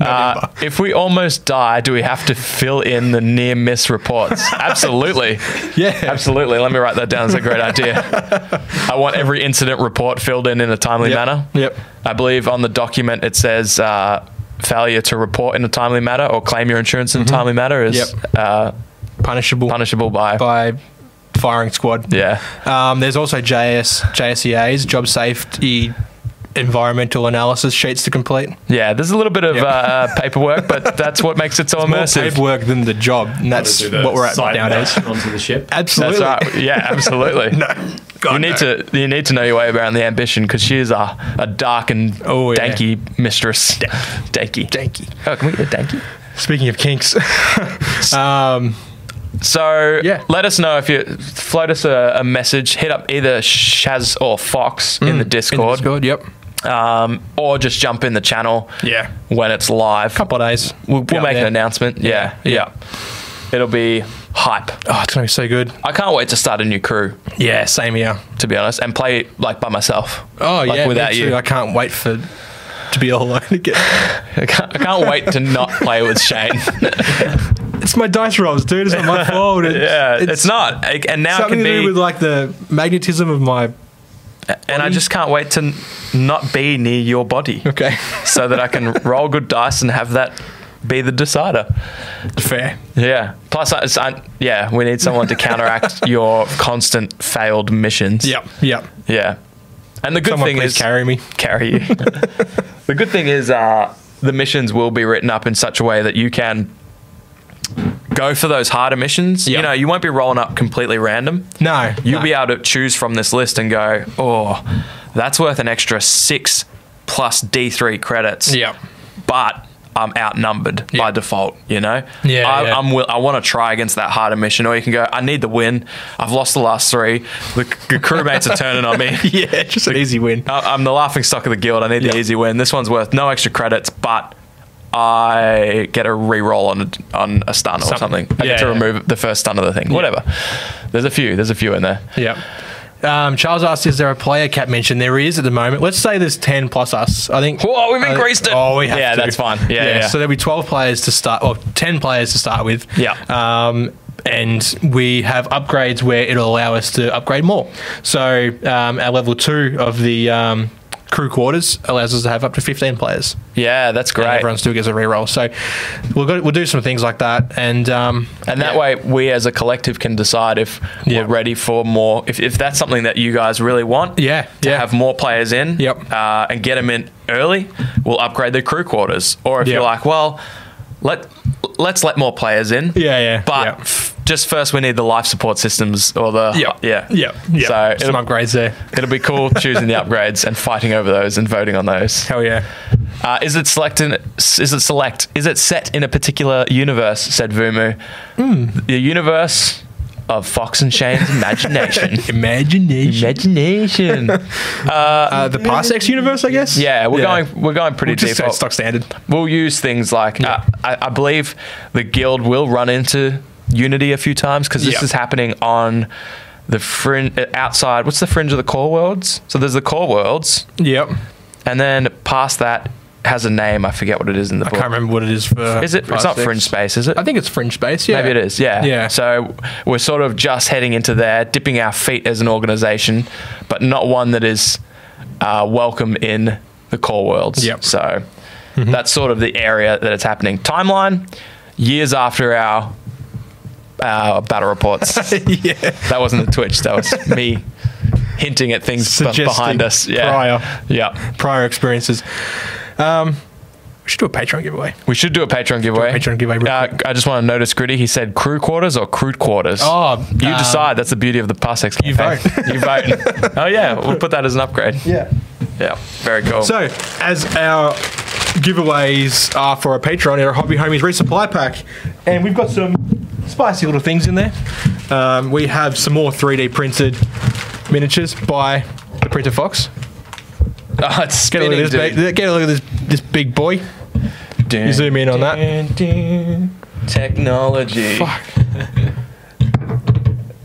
C: Uh, if we almost die, do we have to fill in the near miss reports?
B: (laughs)
C: Absolutely.
B: Yeah.
C: Absolutely. Let me write that down. It's a great idea.
B: (laughs)
C: I want every incident report filled in in a timely
B: Yep.
C: manner.
B: Yep.
C: I believe on the document it says uh, failure to report in a timely manner or claim your insurance in a timely manner is
B: Mm-hmm. Yep.
C: uh,
B: Punishable
C: punishable by.
B: by firing squad.
C: Yeah.
B: Um, there's also JS JSEA's E job safety environmental analysis sheets to complete.
C: Yeah. There's a little bit of
B: Yep.
C: uh, paperwork, but that's what makes
B: (laughs)
C: it so immersive.
B: More paperwork than the job, and that's
D: Do the
B: what we're at
D: site
B: nowadays.
D: map Onto the ship. (laughs)
B: Absolutely.
C: That's
B: (laughs)
C: right. Yeah, absolutely. you need to you need to know your way around the ambition because she is a, a dark and
B: Oh, yeah.
C: danky mistress. Danky.
B: Danky.
C: Oh, can we get a danky?
B: Speaking of kinks, (laughs) um,
C: So
B: Yeah.
C: let us know if you float us a, a message. Hit up either Shaz or Fox in the Discord,
B: Mm, Discord, yep.
C: Um, or just jump in the channel.
B: Yeah.
C: when it's live,
B: Couple of days.
C: we'll,
B: be
C: we'll
B: up
C: make
B: there.
C: an announcement. Yeah, yeah, it'll be hype.
B: Oh, it's gonna be so good.
C: I can't wait to start a new crew.
B: Yeah, same here.
C: To be honest, and play like by myself.
B: Oh
C: like,
B: yeah,
C: without
B: me
C: you.
B: too. I can't wait for to be all (laughs) alone again.
C: I can't, I can't wait to not play with
B: (laughs)
C: Shane.
B: it's my dice rolls, dude. It's not
C: (laughs)
B: my fault. It's,
C: yeah, it's, not. Like, And now it
B: something
C: can
B: to do
C: be.
B: with like the magnetism of my.
C: and I just can't wait to n- not be near your body
B: Okay,
C: so that
B: (laughs)
C: I can roll good dice and have that be the decider.
B: fair.
C: Yeah. Plus, I, it's- I, yeah, we need someone
B: (laughs)
C: to counteract your constant failed missions.
B: Yep, yep.
C: Yeah. And the good
B: Someone
C: thing
B: please
C: is.
B: carry me. (laughs)
C: carry you. the good thing is uh, the missions will be written up in such a way that you can go for those harder missions.
B: Yeah.
C: You know, you won't be rolling up completely random.
B: No,
C: You'll
B: no.
C: be able to choose from this list and go, (laughs) oh, that's worth an extra six plus D3 credits.
B: Yeah.
C: But I'm outnumbered
B: Yeah.
C: by default. You know,
B: Yeah,
C: I,
B: yeah.
C: I'm will, I want to try against that harder mission, or you can go. I need the win. I've lost the last three. The, the crewmates are turning on me.
B: (laughs) yeah, just an easy win.
C: I- I'm the laughing stock of the guild. I need the easy win. This one's worth no extra credits, but I get a reroll on a, on a stun or
B: Something.
C: something. I
B: Yeah,
C: get to
B: yeah.
C: remove the first stun of the thing. Whatever. There's a few. There's a few in there.
B: Yeah. Um, Charles asked, "Is there a player cap mention?" There is at the moment. Let's say there's ten plus us. I think.
C: Whoa, we've
B: I think-
C: increased it.
B: Oh, we have
C: Yeah,
B: to.
C: that's fine. Yeah, yeah.
B: So there'll be twelve players to start, or ten players to start with.
C: Yeah.
B: Um, and we have upgrades where it'll allow us to upgrade more. So um, our level two of the um, crew quarters allows us to have up to fifteen players.
C: Yeah, that's
B: And
C: great.
B: everyone still gets a reroll. So we'll go, we'll do some things like that, and um,
C: And that way, we as a collective can decide if
B: Yeah.
C: we're ready for more. If, if that's something that you guys really want,
B: Yeah,
C: to
B: yeah.
C: have more players in,
B: Yep.
C: uh, and get them in early, we'll upgrade the crew quarters. Or if
B: Yep.
C: you're like, well, let let's let more players in,
B: Yeah, yeah,
C: but
B: yeah.
C: f- just first we need the life support systems or the yeah,
B: yeah, yeah.
C: So
B: some
C: it'll,
B: upgrades there.
C: it'll be cool choosing the upgrades and fighting over those and voting on those.
B: Hell yeah.
C: Uh, is it select? In, is it select? Is it set in a particular universe? Said Vumu.
B: Hmm.
C: The universe of Fox and Shane's imagination.
B: (laughs) Imagination.
C: imagination.
B: Uh, the Parsecs universe, I guess.
C: (laughs) Yeah, we're going. We're going pretty
B: We'll just go
C: default.
B: stock standard.
C: We'll use things like uh, I, I believe the guild will run into Unity a few times because this
B: Yeah.
C: is happening on the fringe uh, outside. What's the fringe of the core worlds? So there's the core worlds,
B: Yep.
C: and then past that has a name. I forget what it is in the
B: I
C: book.
B: can't remember what it is for.
C: Is it? It's not
B: Parsecs.
C: fringe space, is it?
B: I think it's fringe space. Yeah.
C: Maybe it is. Yeah.
B: Yeah.
C: So we're sort of just heading into there, dipping our feet as an organization, but not one that is uh, welcome in the core worlds.
B: Yep. Mm-hmm.
C: So that's sort of the area that it's happening. Timeline: years after our uh, battle reports.
B: (laughs) yeah.
C: that wasn't the Twitch. That was me hinting at things b-
B: Suggesting
C: behind us. Yeah.
B: prior.
C: Yeah.
B: Prior experiences. Um, we should do a Patreon giveaway.
C: We should do a Patreon giveaway.
B: Patreon giveaway real
C: Uh, I just want to notice, Gritty. He said crew quarters or crude quarters.
B: Oh,
C: you
B: um,
C: decide. That's the beauty of the Parsecs. You
B: vote.
C: (laughs) you
B: (laughs)
C: vote. Oh yeah, we'll put that as an upgrade.
B: Yeah.
C: Yeah, very cool.
B: So, as our giveaways are for our Patreon, our Hobby Homies resupply pack, and we've got some spicy little things in there. Um, we have some more 3D printed miniatures by the Printer Fox.
C: (laughs) oh, it's
B: Get a look
C: spinning,
B: at this,
C: dude.
B: big, get a look at this, this big boy.
C: Dun,
B: You zoom in on that.
C: dun, dun. Technology. Fuck.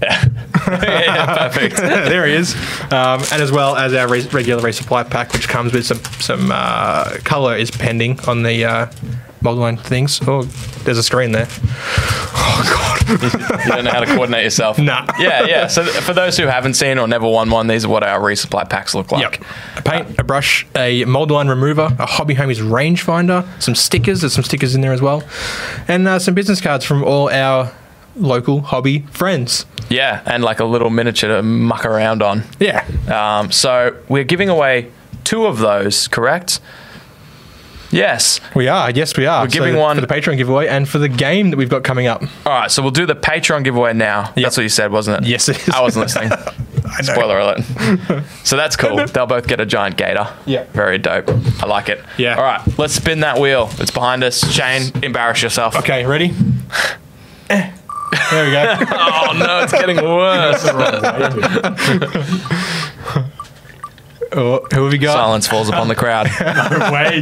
C: (laughs) yeah,
B: (laughs)
C: perfect.
B: there he is, um, and as well as our re- regular resupply pack, which comes with some some uh, color is pending on the uh, model line things. Oh, there's a screen there. Oh god.
C: You don't know how to coordinate yourself.
B: Nah.
C: Yeah, yeah. So th- for those who haven't seen or never won one, these are what our resupply packs look like.
B: Yep. A paint, a brush, a mold line remover, a hobby homies rangefinder, some stickers. There's some stickers in there as well, and uh, some business cards from all our local hobby friends.
C: Yeah, and like a little miniature to muck around on.
B: Yeah.
C: Um, so we're giving away two of those, correct? Yes.
B: We are. Yes, we are. We're
C: giving one-
B: for the Patreon giveaway and for the game that we've got coming up.
C: All right. So we'll do the Patreon giveaway now. That's what you said, wasn't it?
B: Yes, it is.
C: I
B: (laughs)
C: wasn't listening. Spoiler alert. So that's cool. They'll both get a giant gator.
B: Yeah.
C: Very dope. I like it.
B: Yeah.
C: All right. Let's spin that wheel. It's behind us. Shane, embarrass yourself.
B: Okay, ready? Eh. there we
C: (laughs)
B: go.
C: Oh no, it's getting worse.
B: oh, who have we got?
C: (laughs) Silence falls upon the crowd.
D: Way,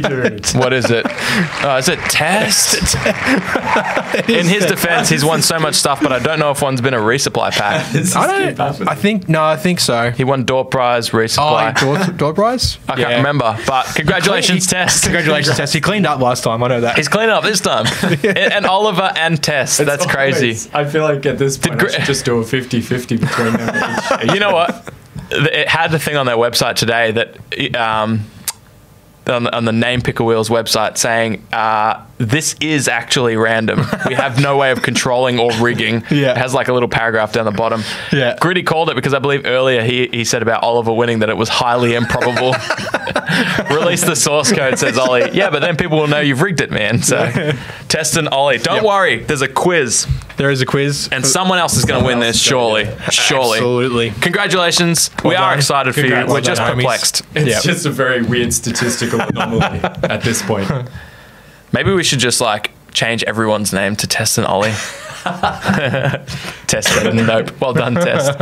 B: (laughs)
D: dude.
C: What is it? Oh, is it test? In his defense, he's won so much stuff, but I don't know if one's been a resupply
B: (laughs)
C: pack.
B: I don't. I think no. I think so.
C: He won door prize
B: Oh,
C: resupply.
B: door, door prize.
C: I can't remember, but congratulations, Tess.
B: Congratulations, Tess. He cleaned up last time. I know that.
C: He's cleaning up this (laughs) time. and, and Oliver and Tess. That's crazy.
D: I feel like at this point,
C: Gra-
D: I should just do a 50 50 between them. each.
C: You know what? It had the thing on their website today that um, on, the, on the Name Picker Wheels website saying uh, this is actually random. We have no way of controlling or rigging.
B: (laughs) Yeah.
C: It has like a little paragraph down the bottom.
B: Yeah.
C: Gritty called it because I believe earlier he, he said about Oliver winning that it was
B: (laughs)
C: highly improbable. Release the source code, says Ollie. Yeah, but then people will know you've rigged it, man. So test and Ollie. Don't
B: Yep.
C: worry, there's a quiz.
B: there is a quiz.
C: And someone else is going to win this, surely. Surely.
B: Absolutely.
C: Congratulations. we
B: Well
C: are
B: done.
C: excited for you.
B: Congrats.
C: We're
B: Well
C: just
B: done, homies.
C: perplexed.
D: It's
B: Yeah. (laughs)
D: just a very weird statistical anomaly at this point.
C: Maybe we should just like change everyone's name to Test
B: (laughs)
C: and Ollie. (laughs) Test and nope. Well done, Test.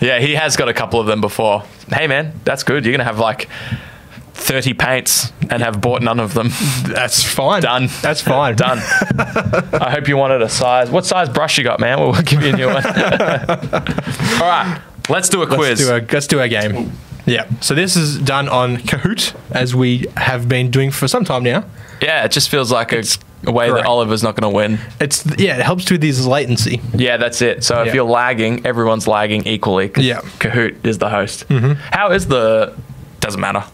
C: Yeah, he has got a couple of them before. Hey man, that's good. You're gonna have like thirty paints and have bought none of them. (laughs)
B: That's fine.
C: Done.
B: That's fine.
C: Done. I hope you wanted a size. What size brush you got, man? (laughs) Well, we'll give you a new one. All right, let's do a quiz.
B: Let's do, our, let's do our game. Yeah. So this is done on Kahoot, as we have been doing for some time now.
C: yeah, it just feels like a, a way
B: great.
C: that Oliver's not going to win.
B: It's yeah, it helps with this latency.
C: Yeah, that's it. So
B: Yeah.
C: if you're lagging, everyone's lagging equally. 'cause
B: Yeah. Mm-hmm.
C: Kahoot is the host. How is the? Doesn't matter.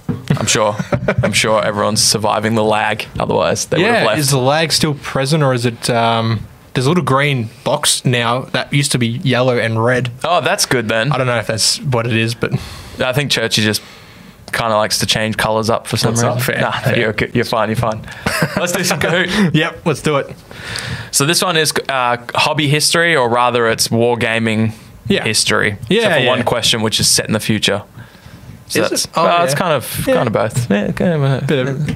B: (laughs)
C: I'm sure. I'm sure everyone's surviving the lag. Otherwise, they would have
B: Yeah.
C: left.
B: Is the lag still present, or is it? Um, there's a little green box now that used to be yellow and red.
C: oh, that's good then.
B: I
C: I,
B: don't know if that's what it is, but (laughs)
C: think Churchy just kind of likes to change colours up for some
B: What's
C: reason.
B: up? Fair,
C: Nah,
B: fair.
C: You're, okay- you're fine. You're
B: (laughs)
C: fine. Let's do some Kahoot.
B: yep. Let's do it.
C: So this one is uh, hobby history, or rather, it's wargaming
B: Yeah.
C: history.
B: Yeah,
C: Except for
B: yeah.
C: one question, which is set in the future. So
B: Is
C: that's,
B: it? Oh,
C: well, it's
B: yeah.
C: kind of
B: Yeah.
C: kind of both. Yeah, kind of, uh,
B: Bit of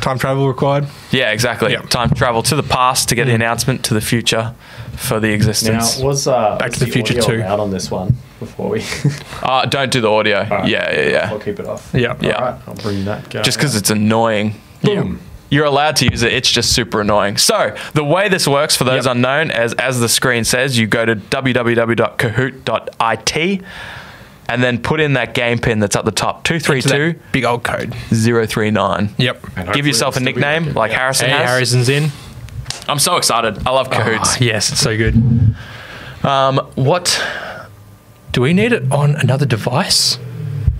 B: time travel required.
C: yeah, exactly.
B: Yeah. Mm.
C: Time travel to the past to get the announcement to the future for the
D: Now,
C: existence.
D: was uh,
B: Back
D: was
B: to the Future
D: audio
B: 2.
D: Out on this one before we. (laughs)
C: uh, don't do the audio.
D: Alright.
C: Yeah, yeah, yeah.
D: I'll keep it off.
B: Yeah.
C: Yeah.
D: All right, I'll bring that guy.
C: Just because it's annoying.
D: Boom.
C: You're allowed to use it. It's just super annoying. So the way this works for those
B: Yep.
C: unknown, as as the screen says, you go to www.kahoot.it and then put in that game pin that's at the top two three
B: To
C: two
B: that big old code.
C: zero three nine.
B: Yep.
C: Give yourself a
D: it'll still be
C: nickname
D: working.
C: like Harrison
B: Hey,
C: has.
B: Harrison's in.
C: I'm so excited. I love
B: Ah,
C: Kahoots.
B: yes, it's so good.
C: Um, what?
B: Do we need it on another device?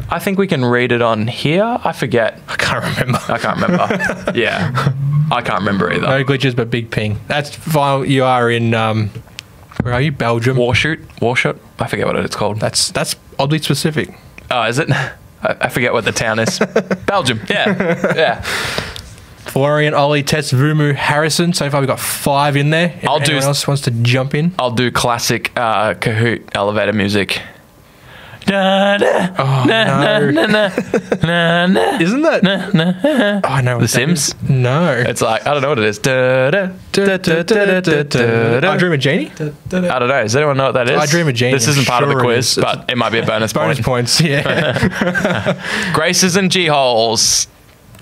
C: I think we can read it on here. I forget.
B: I can't remember.
C: I can't
B: (laughs)
C: remember. yeah, I can't remember either.
B: No glitches, but big ping. That's fine. You are in. Um, where are you? Belgium.
C: Warshoot. Warshoot. I forget what it's called.
B: That's that's oddly specific.
C: Oh, is it? I, I forget what the
B: (laughs)
C: town is. Belgium. Yeah. Yeah.
B: Florian, Ollie, Tess, Vumu, Harrison. So far, we've got five in there. If
C: I'll do-
B: anyone else wants to jump in.
C: I'll do classic uh, Kahoot elevator music. Na, na,
B: Oh,
C: na,
B: no.
C: na, na, na, na.
B: Isn't that? Oh, I know. The
C: Sims?
B: No.
C: It's like, I don't know what it is. Da, da, da, da, da, da, da, da.
B: I dream of Genie.
C: I don't know. Does anyone know what that is?
B: I Dream of Jeannie,
C: This
B: I'm
C: isn't part of the
B: sure it
C: quiz,
B: is. It's
C: but it might be a
B: (laughs)
C: bonus,
B: Bonus
C: point.
B: points.
C: (laughs)
B: Yeah.
C: Graces and G holes.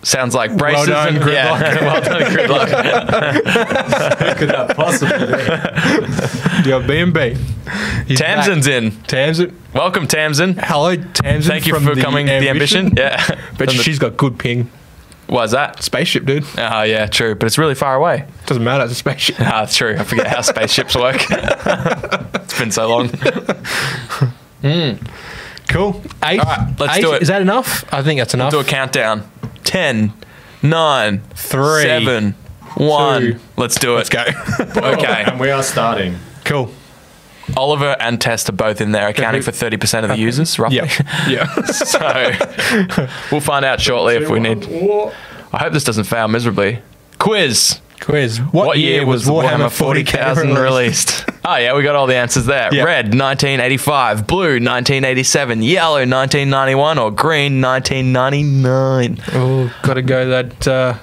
C: Sounds like braces
B: done,
C: and Yeah, well done, gridlock.
D: could that possibly
B: (laughs)
C: (laughs)
D: be?
B: Your B and B.
C: Tamsin's in.
B: Tamsin.
C: Welcome, Tamsin.
B: Hello, Tamsin.
C: Thank you
B: from
C: for coming.
B: (laughs)
C: The ambition. Yeah.
B: But
C: From the-
B: she's got good ping.
C: Why's that?
B: Spaceship, dude.
C: Oh, yeah, true. But it's really far away.
B: Doesn't matter. It's a spaceship.
C: Ah, it's true. I forget how spaceships work. (laughs) it's been so long.
B: Cool. Eight.
C: right, let's
B: Eight?
C: do it.
B: Is that enough? I think that's enough.
C: Do a countdown. 10, 9,
B: Three,
C: 7, 1.
B: two.
C: Let's do
B: Let's
C: it.
B: go.
C: Okay.
D: And we are starting.
C: (laughs)
B: cool.
C: Oliver and Test are both in there, accounting for 30% of the users, roughly.
B: Yep. (laughs) yeah.
C: (laughs) so we'll find out shortly if we need. I hope this doesn't fail miserably. Quiz.
B: Quiz.
C: What, year was Warhammer 40,000 released? (laughs) oh, yeah, we got all the answers there.
B: Yeah.
C: Red, 1985. Blue, 1987. Yellow, 1991. Or green, 1999.
B: Oh, gotta go that uh,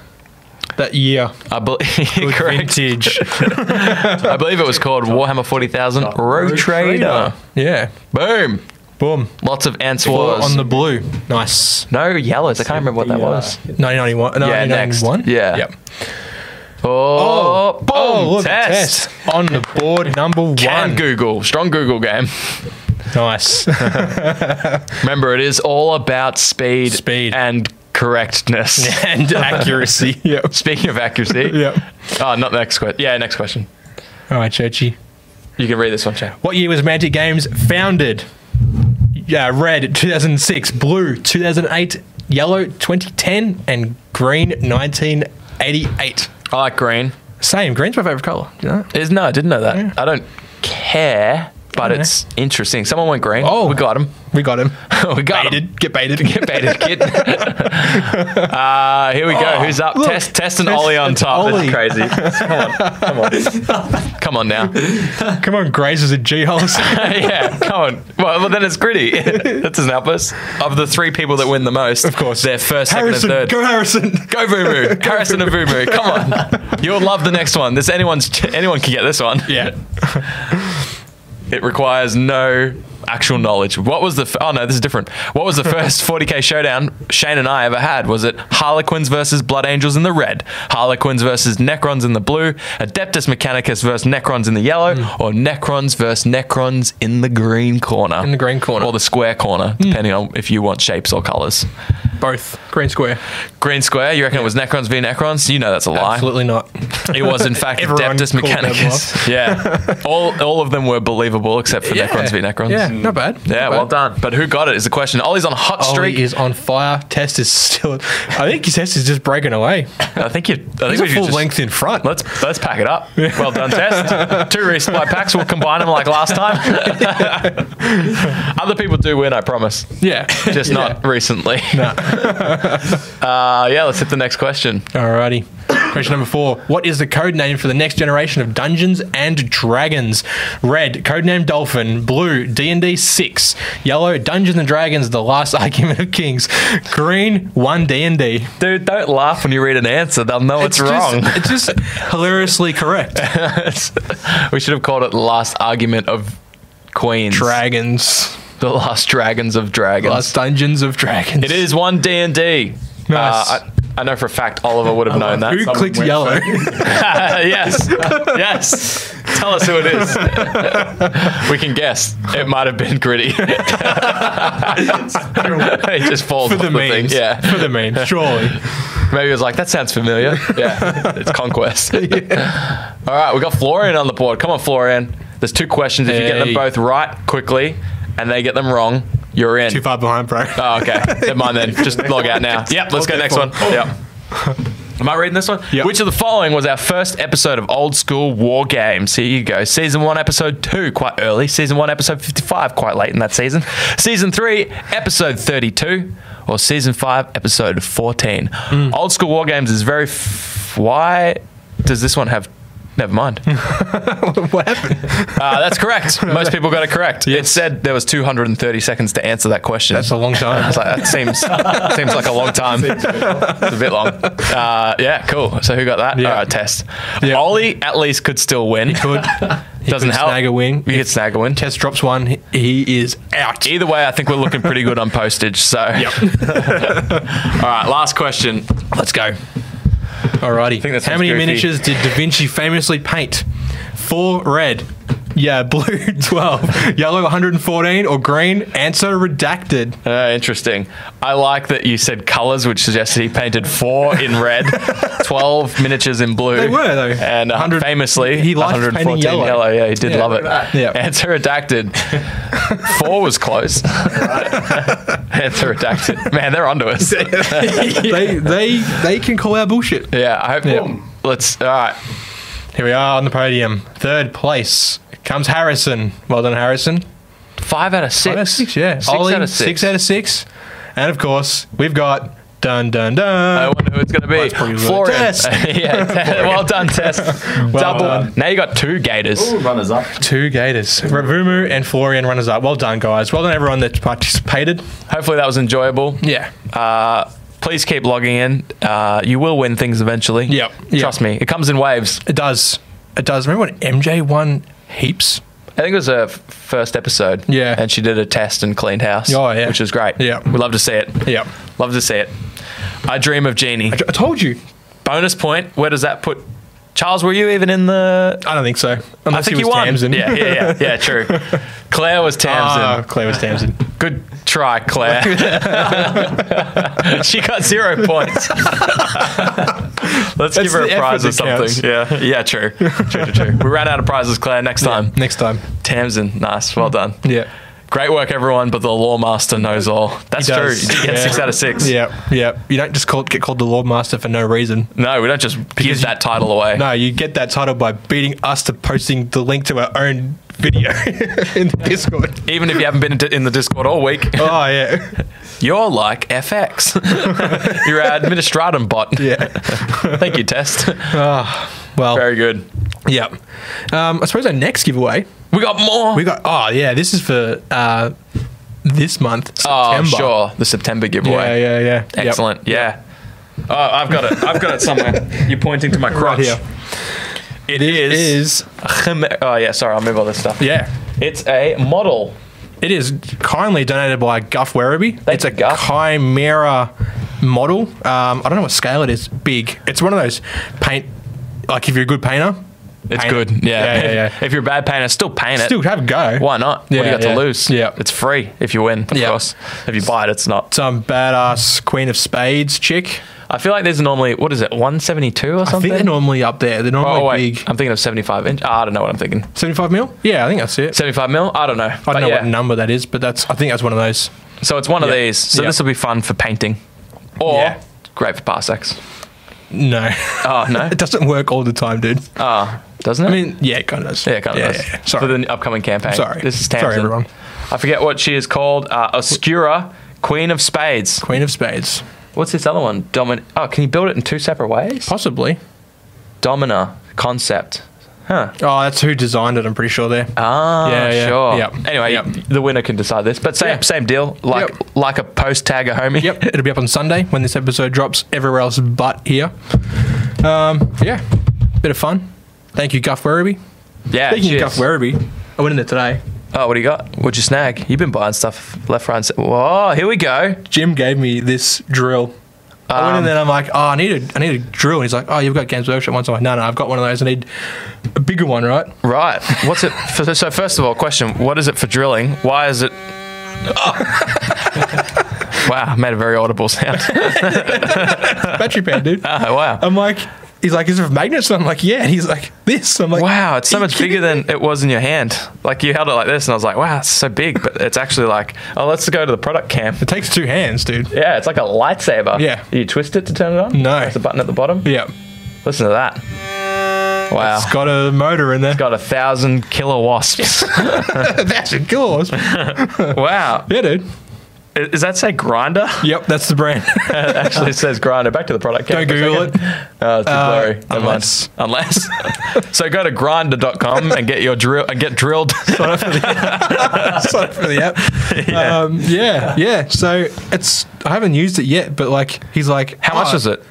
B: that year.
C: I, bel (laughs)
B: (laughs) Good
C: correct.
B: Vintage.
C: I believe it was called Warhammer 40,000 Road Trader.
D: Road Trader.
B: yeah.
C: Boom.
B: Boom.
C: Lots of ants
B: Four
C: wars.
B: on the blue. Nice.
C: no, yellows. I can't remember what that
D: The, uh,
C: was.
B: 1991.
C: Yeah, next.
B: 1991?
C: Yeah.
B: Yep.
C: Oh, boom. test.
B: test on the board number one.
C: Can Google. Strong Google game.
B: (laughs) Nice.
C: Remember, it is all about speed,
B: Speed.
C: and
B: (laughs)
C: correctness. (laughs)
B: and accuracy. Yep.
C: Speaking of accuracy,
B: Yep.
C: Oh, not the next question. Yeah, next question.
B: All right, Churchy.
C: You can read this one, Chad.
B: What year was Mantic Games founded? Yeah, red 2006, blue 2008, yellow 2010, and green 1988.
C: I like green.
B: Same. Green's my favorite color. Do you know? that?
C: Is no, I didn't know that.
B: Yeah.
C: I don't care, but
B: Okay.
C: it's interesting. Someone went green.
B: Oh.
C: we got him.
B: We (laughs) got him.
C: (laughs) we got
B: baited.
C: him.
B: Get baited.
C: Get (laughs)
B: (laughs)
C: baited, kid. uh, here we go. Who's up?
B: Oh, look,
C: test, test, and
B: it's-
C: Ollie on
B: it's
C: top.
B: Ollie.
C: crazy.
B: (laughs)
C: Come on, come on, come on now. (laughs)
B: (laughs) Come on, Grace is a G (laughs) hole.
C: yeah, come on. Well, well, then it's gritty. (laughs) That's an outburst. Of the three people that win the most, of
B: course.
C: they're first,
B: Harrison,
C: second, and third.
B: go Harrison.
C: Go Vumu. Harrison and Vumu. Come on. You'll love the next one. This anyone's anyone can get this one.
B: Yeah.
C: It requires no actual knowledge. What was the f- Oh no, this is different. What was the first 40k showdown Shane and I ever had? Was it Harlequins versus Blood Angels in the red, Harlequins versus Necrons in the blue, Adeptus Mechanicus versus Necrons in the yellow,
B: Hmm.
C: or Necrons versus Necrons in the green corner?
B: In the green corner. Hmm.
C: Or the square corner, depending on if you want shapes or colors.
B: Both. Green square.
C: Green square, you reckon it was Necrons v Necrons? You know that's a lie.
B: Absolutely not.
C: It was, in fact,
B: Everyone
C: Adeptus
B: called that
C: Mechanicus. (laughs) Yeah. All, all of them were believable except for Necrons v Necrons.
B: (laughs) Yeah, not bad.
C: Yeah,
B: Not
C: well
B: bad.
C: done. But who got it is the question. Ollie's on a hot
B: Ollie
C: streak.
B: is on fire. Test is still. I think his test is just breaking away.
C: I think you. I think
B: He's a
C: we should
B: full
C: just-
B: length in front.
C: Let's let's pack it up. Well
B: (laughs)
C: done, Test. Two resupply packs. We'll combine them like last time. Other people do win, I promise.
B: (laughs) yeah.
C: Just not recently. (laughs) uh, yeah, let's hit the next question.
B: Alrighty. Question number four. What is the code name for the next generation of Dungeons and Dragons? Red, codename Dolphin. Blue, D&D 6. Yellow, Dungeons and Dragons, The Last (laughs) Argument of Kings. Green, 1 D&D.
C: Dude, don't laugh when you read an answer. They'll know it's, wrong.
B: Just, it's
C: (laughs)
B: just hilariously correct.
C: we should have called it the last argument of Queens.
B: Dragons.
C: the last dragons of dragons.
B: Last Dungeons of Dragons.
C: It is one D and D.
B: Nice.
C: I, I know for a fact Oliver would have known
B: (laughs)
C: that.
B: Who
C: Someone-
B: clicked yellow? (laughs)
C: (laughs) yes, yes. Tell us who it is. (laughs) we can guess. It might have been Gritty. (laughs) he just falls
B: For
C: off
B: the memes.
C: thing. Yeah,
B: For the memes,
C: (laughs)
B: surely.
C: maybe it was like that sounds familiar. Yeah, it's Conquest. (laughs) All right, we got Florian on the board. Come on, Florian. There's two questions. If you get them
B: Hey.
C: both right quickly, and they get them wrong, you're in.
B: Too far behind, bro.
C: Oh, okay. Never mind then. Just log out now. Yep, let's go
B: Okay,
C: next
B: fine.
C: one. Yep. Am I reading this one?
B: Yep.
C: Which of the following was our first episode of Old School War Games? Here you go. Season 1, Episode 2, quite early. Season 1, Episode 55, quite late in that season. Season 3, Episode 32. Or Season 5, Episode 14.
B: Hmm.
C: Old School War Games is very. F- why does this one have. Never
B: (laughs)
C: mind.
B: what happened?
C: Uh, that's
B: (laughs)
C: correct. Most people got it correct. It said there was 230 seconds to answer that question.
B: That's a long
C: I
B: time.
C: was like, that seems seems like a long time. it's a bit long. Uh, yeah, cool. So who got that?
B: Yeah.
C: All right, test.
B: Yeah.
C: Ollie at least could still win.
B: Good. He
C: (laughs) Doesn't
B: could
C: help.
B: Snag a win.
C: You could snag a win.
B: Test drops one. he- He is out.
C: Either way, I think we're looking pretty good on postage. So, (laughs) all right, last question. Let's go.
B: Alrighty.
C: think that
B: How
C: sounds
B: many
C: goofy.
B: miniatures did Da Vinci famously paint? Four red. Yeah, (laughs) blue 12, yellow 114, or green answer redacted.
C: Uh, interesting. I like that you said colors, which suggested he painted four
B: (laughs)
C: in red, twelve miniatures in blue.
B: They were, though.
C: and 100,
B: 100
C: famously
B: he liked painting
C: 114 yellow.
B: yellow.
C: Yeah, he did
B: Yeah,
C: love it. (laughs)
B: right. Yeah. (laughs)
C: Answer redacted. four was close. Answer redacted. Man, they're
B: (laughs)
C: onto us.
B: They they they can call our bullshit.
C: yeah, I hope. Let's. All right.
B: Here we are on the podium. Third place comes Harrison. Well done, Harrison.
C: Five out of six.
B: Out of six, yeah.
C: Six
B: Ollie,
C: out of six.
B: six out of six. And of course, we've got dun dun
C: I
B: dun.
C: wonder who it's going to be.
B: probably right.
C: Florian.
B: Test.
C: (laughs) yeah,
B: (laughs)
C: well done, Tess. Double.
B: done.
C: Now you got two Gators.
D: Ooh, runners up.
B: Two Gators. Ravumu and Florian runners up. Well done, guys. Well done, everyone that's participated.
C: Hopefully that was enjoyable.
B: Yeah.
C: Uh, please keep logging in. Uh, you will win things eventually.
B: Yep. Yep.
C: Trust me. It comes in waves.
B: It does. It does. Remember when MJ won heaps?
C: I think it was her f- first episode.
B: Yeah.
C: And she did a test and cleaned house.
B: Oh, yeah.
C: Which is great.
B: Yeah.
C: We love to see it.
B: Yeah.
C: Love to see it. I dream of Genie.
B: I told you.
C: Bonus point. Where does that put Charles? Were you even in the?
B: I don't think so.
C: I
B: Unless
C: think
B: he
C: you
B: was
C: won.
B: Tamsin.
C: Yeah, yeah, yeah, yeah. True. Claire was Tamsin.
B: (laughs) Ah, Claire was Tamsin.
C: Good try, Claire. (laughs) she got zero points. Let's give her
B: the
C: a
B: effort
C: prize or
B: that
C: something.
B: counts.
C: Yeah, yeah, true. true, (laughs) true, true. We ran out of prizes, Claire. (laughs) Next time,
B: Next time.
C: Tamsin. Nice, well done.
B: Yeah.
C: Great work, everyone. But the lawmaster knows all. That's true.
B: does.
C: You get
B: Yeah.
C: six out of six.
B: Yeah. Yeah. You don't just call, get called the Lord Master for no reason.
C: No, we don't just give that title away.
B: No, you get that title by beating us to posting the link to our own video (laughs) in the
C: (laughs)
B: Discord.
C: Even if you haven't been into- in the Discord all week,
B: Oh yeah,
C: you're like (laughs) FX. you're our administratum bot.
B: yeah.
C: Thank you, Test.
B: Well,
C: Very good.
B: yeah. Um, I suppose our next giveaway
C: We got more.
B: we got. Oh yeah, this is for uh, this month.
C: oh,
B: September.
C: sure. The September giveaway.
B: Yeah, yeah, yeah. Yep.
C: Excellent. Yeah. Oh, I've got it. I've got
B: (laughs)
C: it somewhere. You're pointing to my crotch.
B: here.
C: It
B: It
C: is.
B: is.
C: Oh yeah. Sorry. I'll move all this stuff.
B: Yeah.
C: It's a model.
B: It is kindly donated by Guff Werribee.
C: Thank
B: it's a
C: you, Guff.
B: chimera model. Um, I don't know what scale it is. Big. It's one of those paint. Like if you're a good painter,
C: It's
B: paint it.
C: good. Yeah.
B: Yeah, yeah, yeah.
C: if you're a bad painter, still paint it.
B: Still have a go.
C: Why not? what do
B: Yeah,
C: you got
B: yeah.
C: to lose?
B: Yeah.
C: It's free if you win. Of
B: Yeah.
C: course. If you buy it, it's not.
B: Some badass Queen of Spades chick.
C: I feel like there's normally what is it, 172 or something?
B: I think they're normally up there. They're normally
C: oh wait,
B: big.
C: I'm thinking of 75 inch. Ah, I don't know what I'm thinking.
B: 75 mil? Yeah, I think that's it.
C: 75 mil? I don't know.
B: I don't know what number that is, but that's. I think that's one of those.
C: So it's one of
B: Yeah.
C: these. So
B: Yeah.
C: this will be fun for painting, or
B: Yeah.
C: great for parsecs.
B: No.
C: Oh no.
B: (laughs) it doesn't work all the time, dude.
C: Ah, (laughs) doesn't it?
B: I mean, yeah, it kind of does.
C: Yeah, kind of
B: yeah,
C: does.
B: yeah, yeah.
C: For
B: Sorry.
C: the upcoming campaign.
B: Sorry.
C: This is
B: Sorry,
C: Tamsin.
B: everyone.
C: I forget what she is called. Uh, Oscura, Queen of Spades.
B: Queen of Spades.
C: What's this other one? Domin. Oh, can you build it in two separate ways?
B: Possibly.
C: Domina concept. Huh.
B: Oh, that's who designed it, I'm pretty sure there.
C: Ah,
B: Yeah, yeah.
C: sure.
B: Yep.
C: Anyway,
B: Yep.
C: the winner can decide this. But same,
B: Yeah.
C: same deal. Like,
B: Yep.
C: like a post tag a homie.
B: Yep, it'll be up on Sunday when this episode drops everywhere else but here. Um, yeah, bit of fun. Thank you, Guff Werribee.
C: Yeah.
B: Speaking
C: cheers.
B: of Guff Werribee, I went in there today.
C: Oh, what do you got? What'd you snag? You've been buying stuff left, right, and center. Whoa, here we go.
B: Jim gave me this drill. I went in
C: Um,
B: there and I'm like, oh, I need a, I need a drill. And he's like, oh, you've got Games Workshop ones. I'm like, no, no, I've got one of those. I need a bigger one,
C: (laughs)
B: right?
C: Right. What's it? For, so first of all, question: What is it for drilling? Why is it? Oh. (laughs) wow, made a very
B: (laughs)
C: audible sound.
B: Battery pan,
C: (laughs)
B: dude.
C: Oh, wow.
B: I'm like, he's like, is it for magnets? And I'm like, yeah. And he's like, this. I'm like,
C: Wow, it's so
B: "Are you
C: much
B: kidding
C: bigger than it was in your hand. Like you held it like this, and I was like, "Wow, it's so big." But it's actually like, "Oh, let's go to the product camp."
B: It takes two hands, dude.
C: Yeah, it's like a lightsaber.
B: Yeah.
C: You twist it to turn it on.
B: No.
C: That's the button at the bottom.
B: Yeah.
C: Listen to that. Wow.
B: It's got a motor in there.
C: got a thousand killer
B: (laughs)
C: wasps.
B: That's a course. yeah,
C: wow.
B: dude.
C: Is- Does that say grinder?
B: Yep, that's the brand.
C: it actually says grinder. Back to the product.
B: Don't
C: Can I
B: Google
C: have a second? Uh, it's too
B: Uh,
C: blurry. Never mind.
B: unless-
C: unless.
B: (laughs)
C: so go to grinder.com and get your drill and get drilled.
B: (laughs) Sorry for the app.
C: (laughs) Yeah.
B: Yeah. Um, yeah, yeah. So it's I haven't used it yet, but like he's like,
C: (laughs) How much
B: "Oh,
C: was it?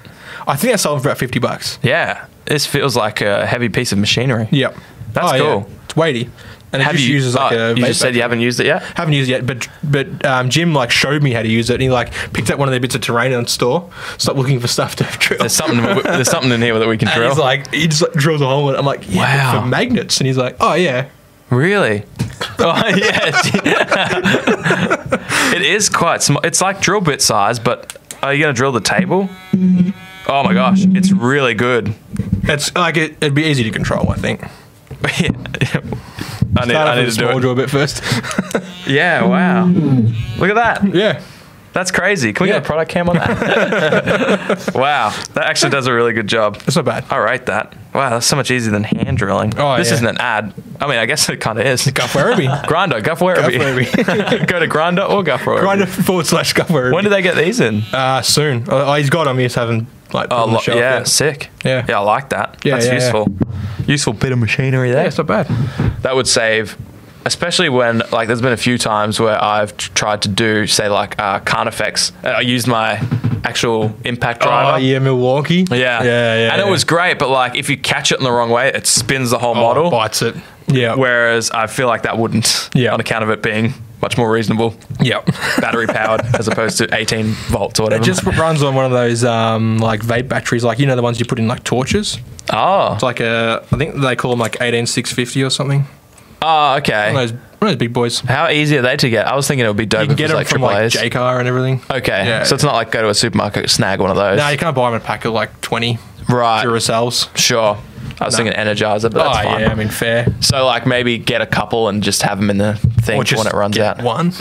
B: I think I sold it for about fifty bucks.
C: Yeah. This feels like a heavy piece of machinery.
B: Yep,
C: That's cool.
B: Oh, It's weighty, and it
C: Have
B: just
C: you,
B: uses like
C: oh,
B: a.
C: you
B: vape
C: just said
B: battery.
C: you haven't
B: (laughs)
C: used it yet?
B: Haven't used it yet, but but um, Jim like showed me how to use it, and he like picked up one of the bits of terrain on store, stopped looking for stuff to (laughs) drill.
C: There's something. there's something in here that we can
B: and
C: drill.
B: he's like, he just like drills a hole, and I'm like, yeah, but
C: Wow.
B: for magnets, and he's like, oh yeah, (laughs)
C: Really? oh yeah. it is quite small. It's like drill bit size, but are you gonna drill the table?
B: Mm-hmm.
C: Oh my gosh, it's really good.
B: it's like it, it'd be easy to control, I think.
C: Yeah. (laughs) I
B: Start
C: need, I
B: off with a
C: need to do
B: small
C: it.
B: drill bit first. (laughs)
C: Yeah, wow. Look at that.
B: yeah.
C: That's crazy. Can we get
B: Yeah.
C: a product cam on that?
B: (laughs)
C: wow. That actually does a really good job.
B: It's not bad.
C: I rate that. Wow, that's so much easier than hand drilling.
B: Oh,
C: this
B: yeah.
C: isn't an ad. I mean, I guess it kind of is.
B: Guff
C: (laughs)
B: Werribee.
C: Grinder, Guff Werribee. (laughs) Go to Grinder or Guff Werribee.
B: Grinder forward slash Guff Werribee.
C: When did they get these in?
B: Uh, soon. Oh, oh, he's got them. He's having like put
C: Oh,
B: on the
C: lo-
B: shelf,
C: yeah, sick.
B: Yeah.
C: yeah, I like that.
B: Yeah,
C: That's
B: yeah, yeah.
C: useful. Useful bit of machinery there.
B: Yeah, it's not bad.
C: that would save, especially when like there's been a few times where I've t- tried to do say like uh, Carnifex. Uh, I used my actual impact
B: Oh
C: driver.
B: yeah, Milwaukee.
C: Yeah.
B: yeah, yeah.
C: And it
B: yeah.
C: was great, but like if you catch it in the wrong way, it spins the whole
B: Oh,
C: model.
B: bites it. Yeah,
C: Whereas I feel like that wouldn't,
B: Yeah.
C: on account of it being much more reasonable, (laughs)
B: yeah. (laughs)
C: battery powered as opposed to 18 volts or
B: It
C: whatever.
B: just runs on one of those um, like vape batteries, like you know the ones you put in like torches.
C: oh,
B: It's like a, I think they call them like eighteen six fifty or something. One
C: oh, okay.
B: of those, one of those big boys. You
C: How easy are they to get? I was thinking it would be dope
B: can
C: if
B: get
C: it was
B: them from
C: like triple
B: like
C: A's.
B: J car and everything.
C: Okay,
B: Yeah.
C: so it's not like go to a supermarket snag one of those.
B: No, you can't buy them in a pack of like twenty
C: right?
B: Duracells.
C: Sure. I was thinking Energizer, but that's
B: oh
C: fine.
B: yeah, I mean fair.
C: so like maybe get a couple and just have them in the thing when it runs
B: get
C: out.
B: one.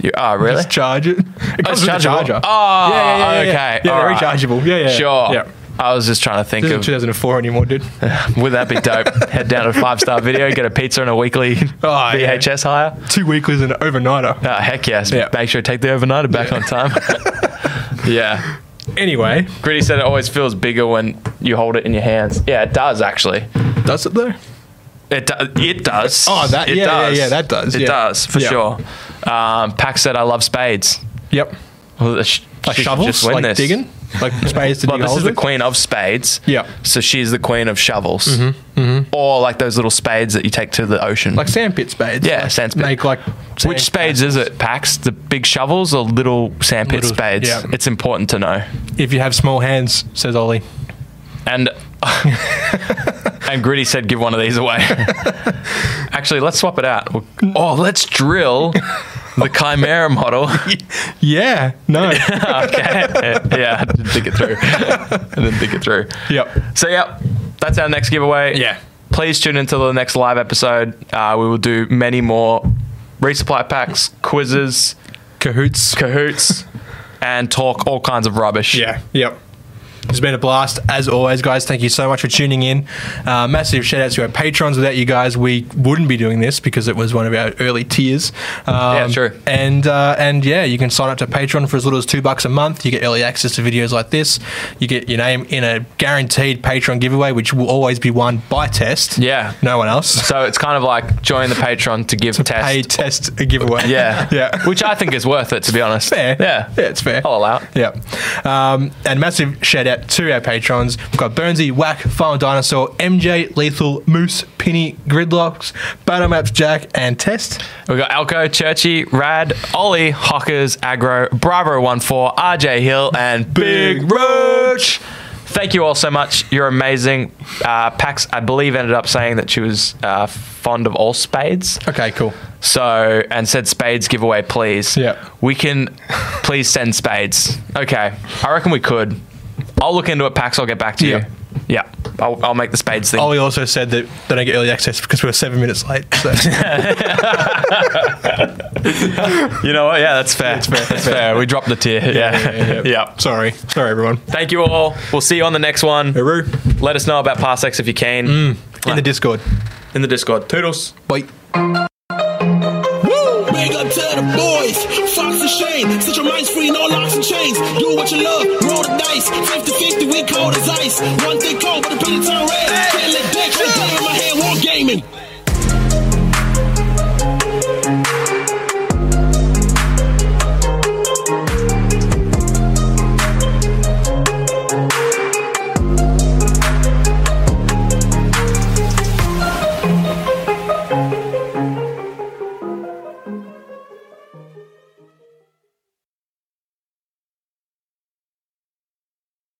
C: You- oh really?
B: Just charge it. It
C: Oh, it's
B: comes with a charger.
C: chargeable. Oh,
B: yeah, yeah, yeah, yeah.
C: okay.
B: Yeah,
C: all
B: they're
C: right.
B: rechargeable. Yeah, yeah.
C: Sure.
B: Yeah.
C: I was just trying to think
B: Isn't
C: of
B: 2004 anymore,
C: (laughs)
B: dude.
C: would that be dope?
B: (laughs)
C: Head down to Five Star Video, get a pizza and a weekly (laughs)
B: Oh, yeah.
C: VHS hire.
B: Two weeklies and an overnighter.
C: Oh, heck yes.
B: Yeah.
C: Make sure you take the overnighter back on time.
B: (laughs)
C: yeah.
B: Anyway,
C: Gritty said it always feels bigger when you hold it in your hands. Yeah, it does actually.
B: does it though?
C: It do- it does.
B: Oh, that-
C: it
B: yeah, yeah, yeah, that does,
C: It
B: yeah.
C: does for
B: Yeah.
C: sure. Um, Pack said, "I love spades."
B: Yep.
C: Well, sh-
B: Like
C: she should
B: shovels,
C: just win
B: like
C: this.
B: digging,
C: (laughs)
B: like spades to
C: Well,
B: dig
C: this
B: holes
C: is the
B: with?
C: queen of spades.
B: Yeah. Mm-hmm.
C: So she's the queen of shovels, or like those little spades that you take to the ocean.
B: like sandpit spades.
C: Yeah,
B: like
C: sandspit.
B: Make like
C: Which spades is it, Pax? The big shovels or little sandpit
B: Little-
C: spades?
B: yeah.
C: It's important to know.
B: If you have small hands, says Ollie. (laughs)
C: And and Gritty said, give one of these
B: (laughs)
C: away. Actually, let's swap it out. We'll- Oh, let's drill
B: (laughs)
C: the Chimera model.
B: Yeah. No.
C: (laughs) okay. Yeah, I didn't think it through. I didn't think it through.
B: yep.
C: So, yeah, that's our next giveaway.
B: Yeah.
C: Please tune into the next live episode. Uh, we will do many more resupply packs, quizzes,
B: Cahoots. (laughs)
C: cahoots, and talk all kinds of rubbish.
B: Yeah. Yep. It's been a blast as always, guys. Thank you so much for tuning in. Uh, massive shout out to our patrons. Without you guys, we wouldn't be doing this because it was one of our early tiers. Um,
C: Yeah, true.
B: And uh, and yeah, you can sign up to Patreon for as little as two bucks a month. You get early access to videos like this. You get your name in a guaranteed Patreon giveaway, which will always be won by Test.
C: Yeah.
B: No one else.
C: So it's kind of like join the Patreon to give test.
B: Pay Test a giveaway.
C: yeah.
B: (laughs) yeah.
C: Which I think is worth it, to be honest.
B: fair.
C: Yeah.
B: yeah, it's fair.
C: I'll allow it.
B: Yeah, um, and massive shout out to our patrons. We've got Burnsy, Whack, Final Dinosaur, MJ, Lethal, Moose, Penny, Gridlocks, Battle Maps, Jack, and Test.
C: We've got Alco, Churchy, Rad, Ollie, Hockers, Agro, Bravo14, RJ Hill, and Big Roach. Thank you all so much. You're amazing. Uh, Pax, I believe, ended up saying that she was uh, fond of all spades.
B: Okay, cool.
C: So, and said spades giveaway, please.
B: Yeah.
C: We can (laughs) please send spades. Okay. I reckon we could. I'll look into it, Pax. I'll get back to
B: Yeah.
C: you. Yeah. I'll, I'll make the spades thing.
B: Ollie also said that they don't get early access because we were seven minutes late.
C: (laughs)
B: So
C: You know what? Yeah, that's fair. That's fair. We dropped the tier. Yeah.
B: yeah, yeah.
C: (laughs) yeah.
B: sorry, sorry everyone.
C: Thank you all. We'll see you on the next one.
B: Hooroo.
C: Let us know about Parsecs if you can.
B: In the Discord.
C: in the Discord. Toodles.
B: Bye.
A: Woo! Big up to the boys, Fox and Shane. Set your minds free, no locks and chains. Do what you love, roll the dice. 50 50, we cold as ice. One thing cold, but the penny turn red. Can't let that go down. my hand, war gaming.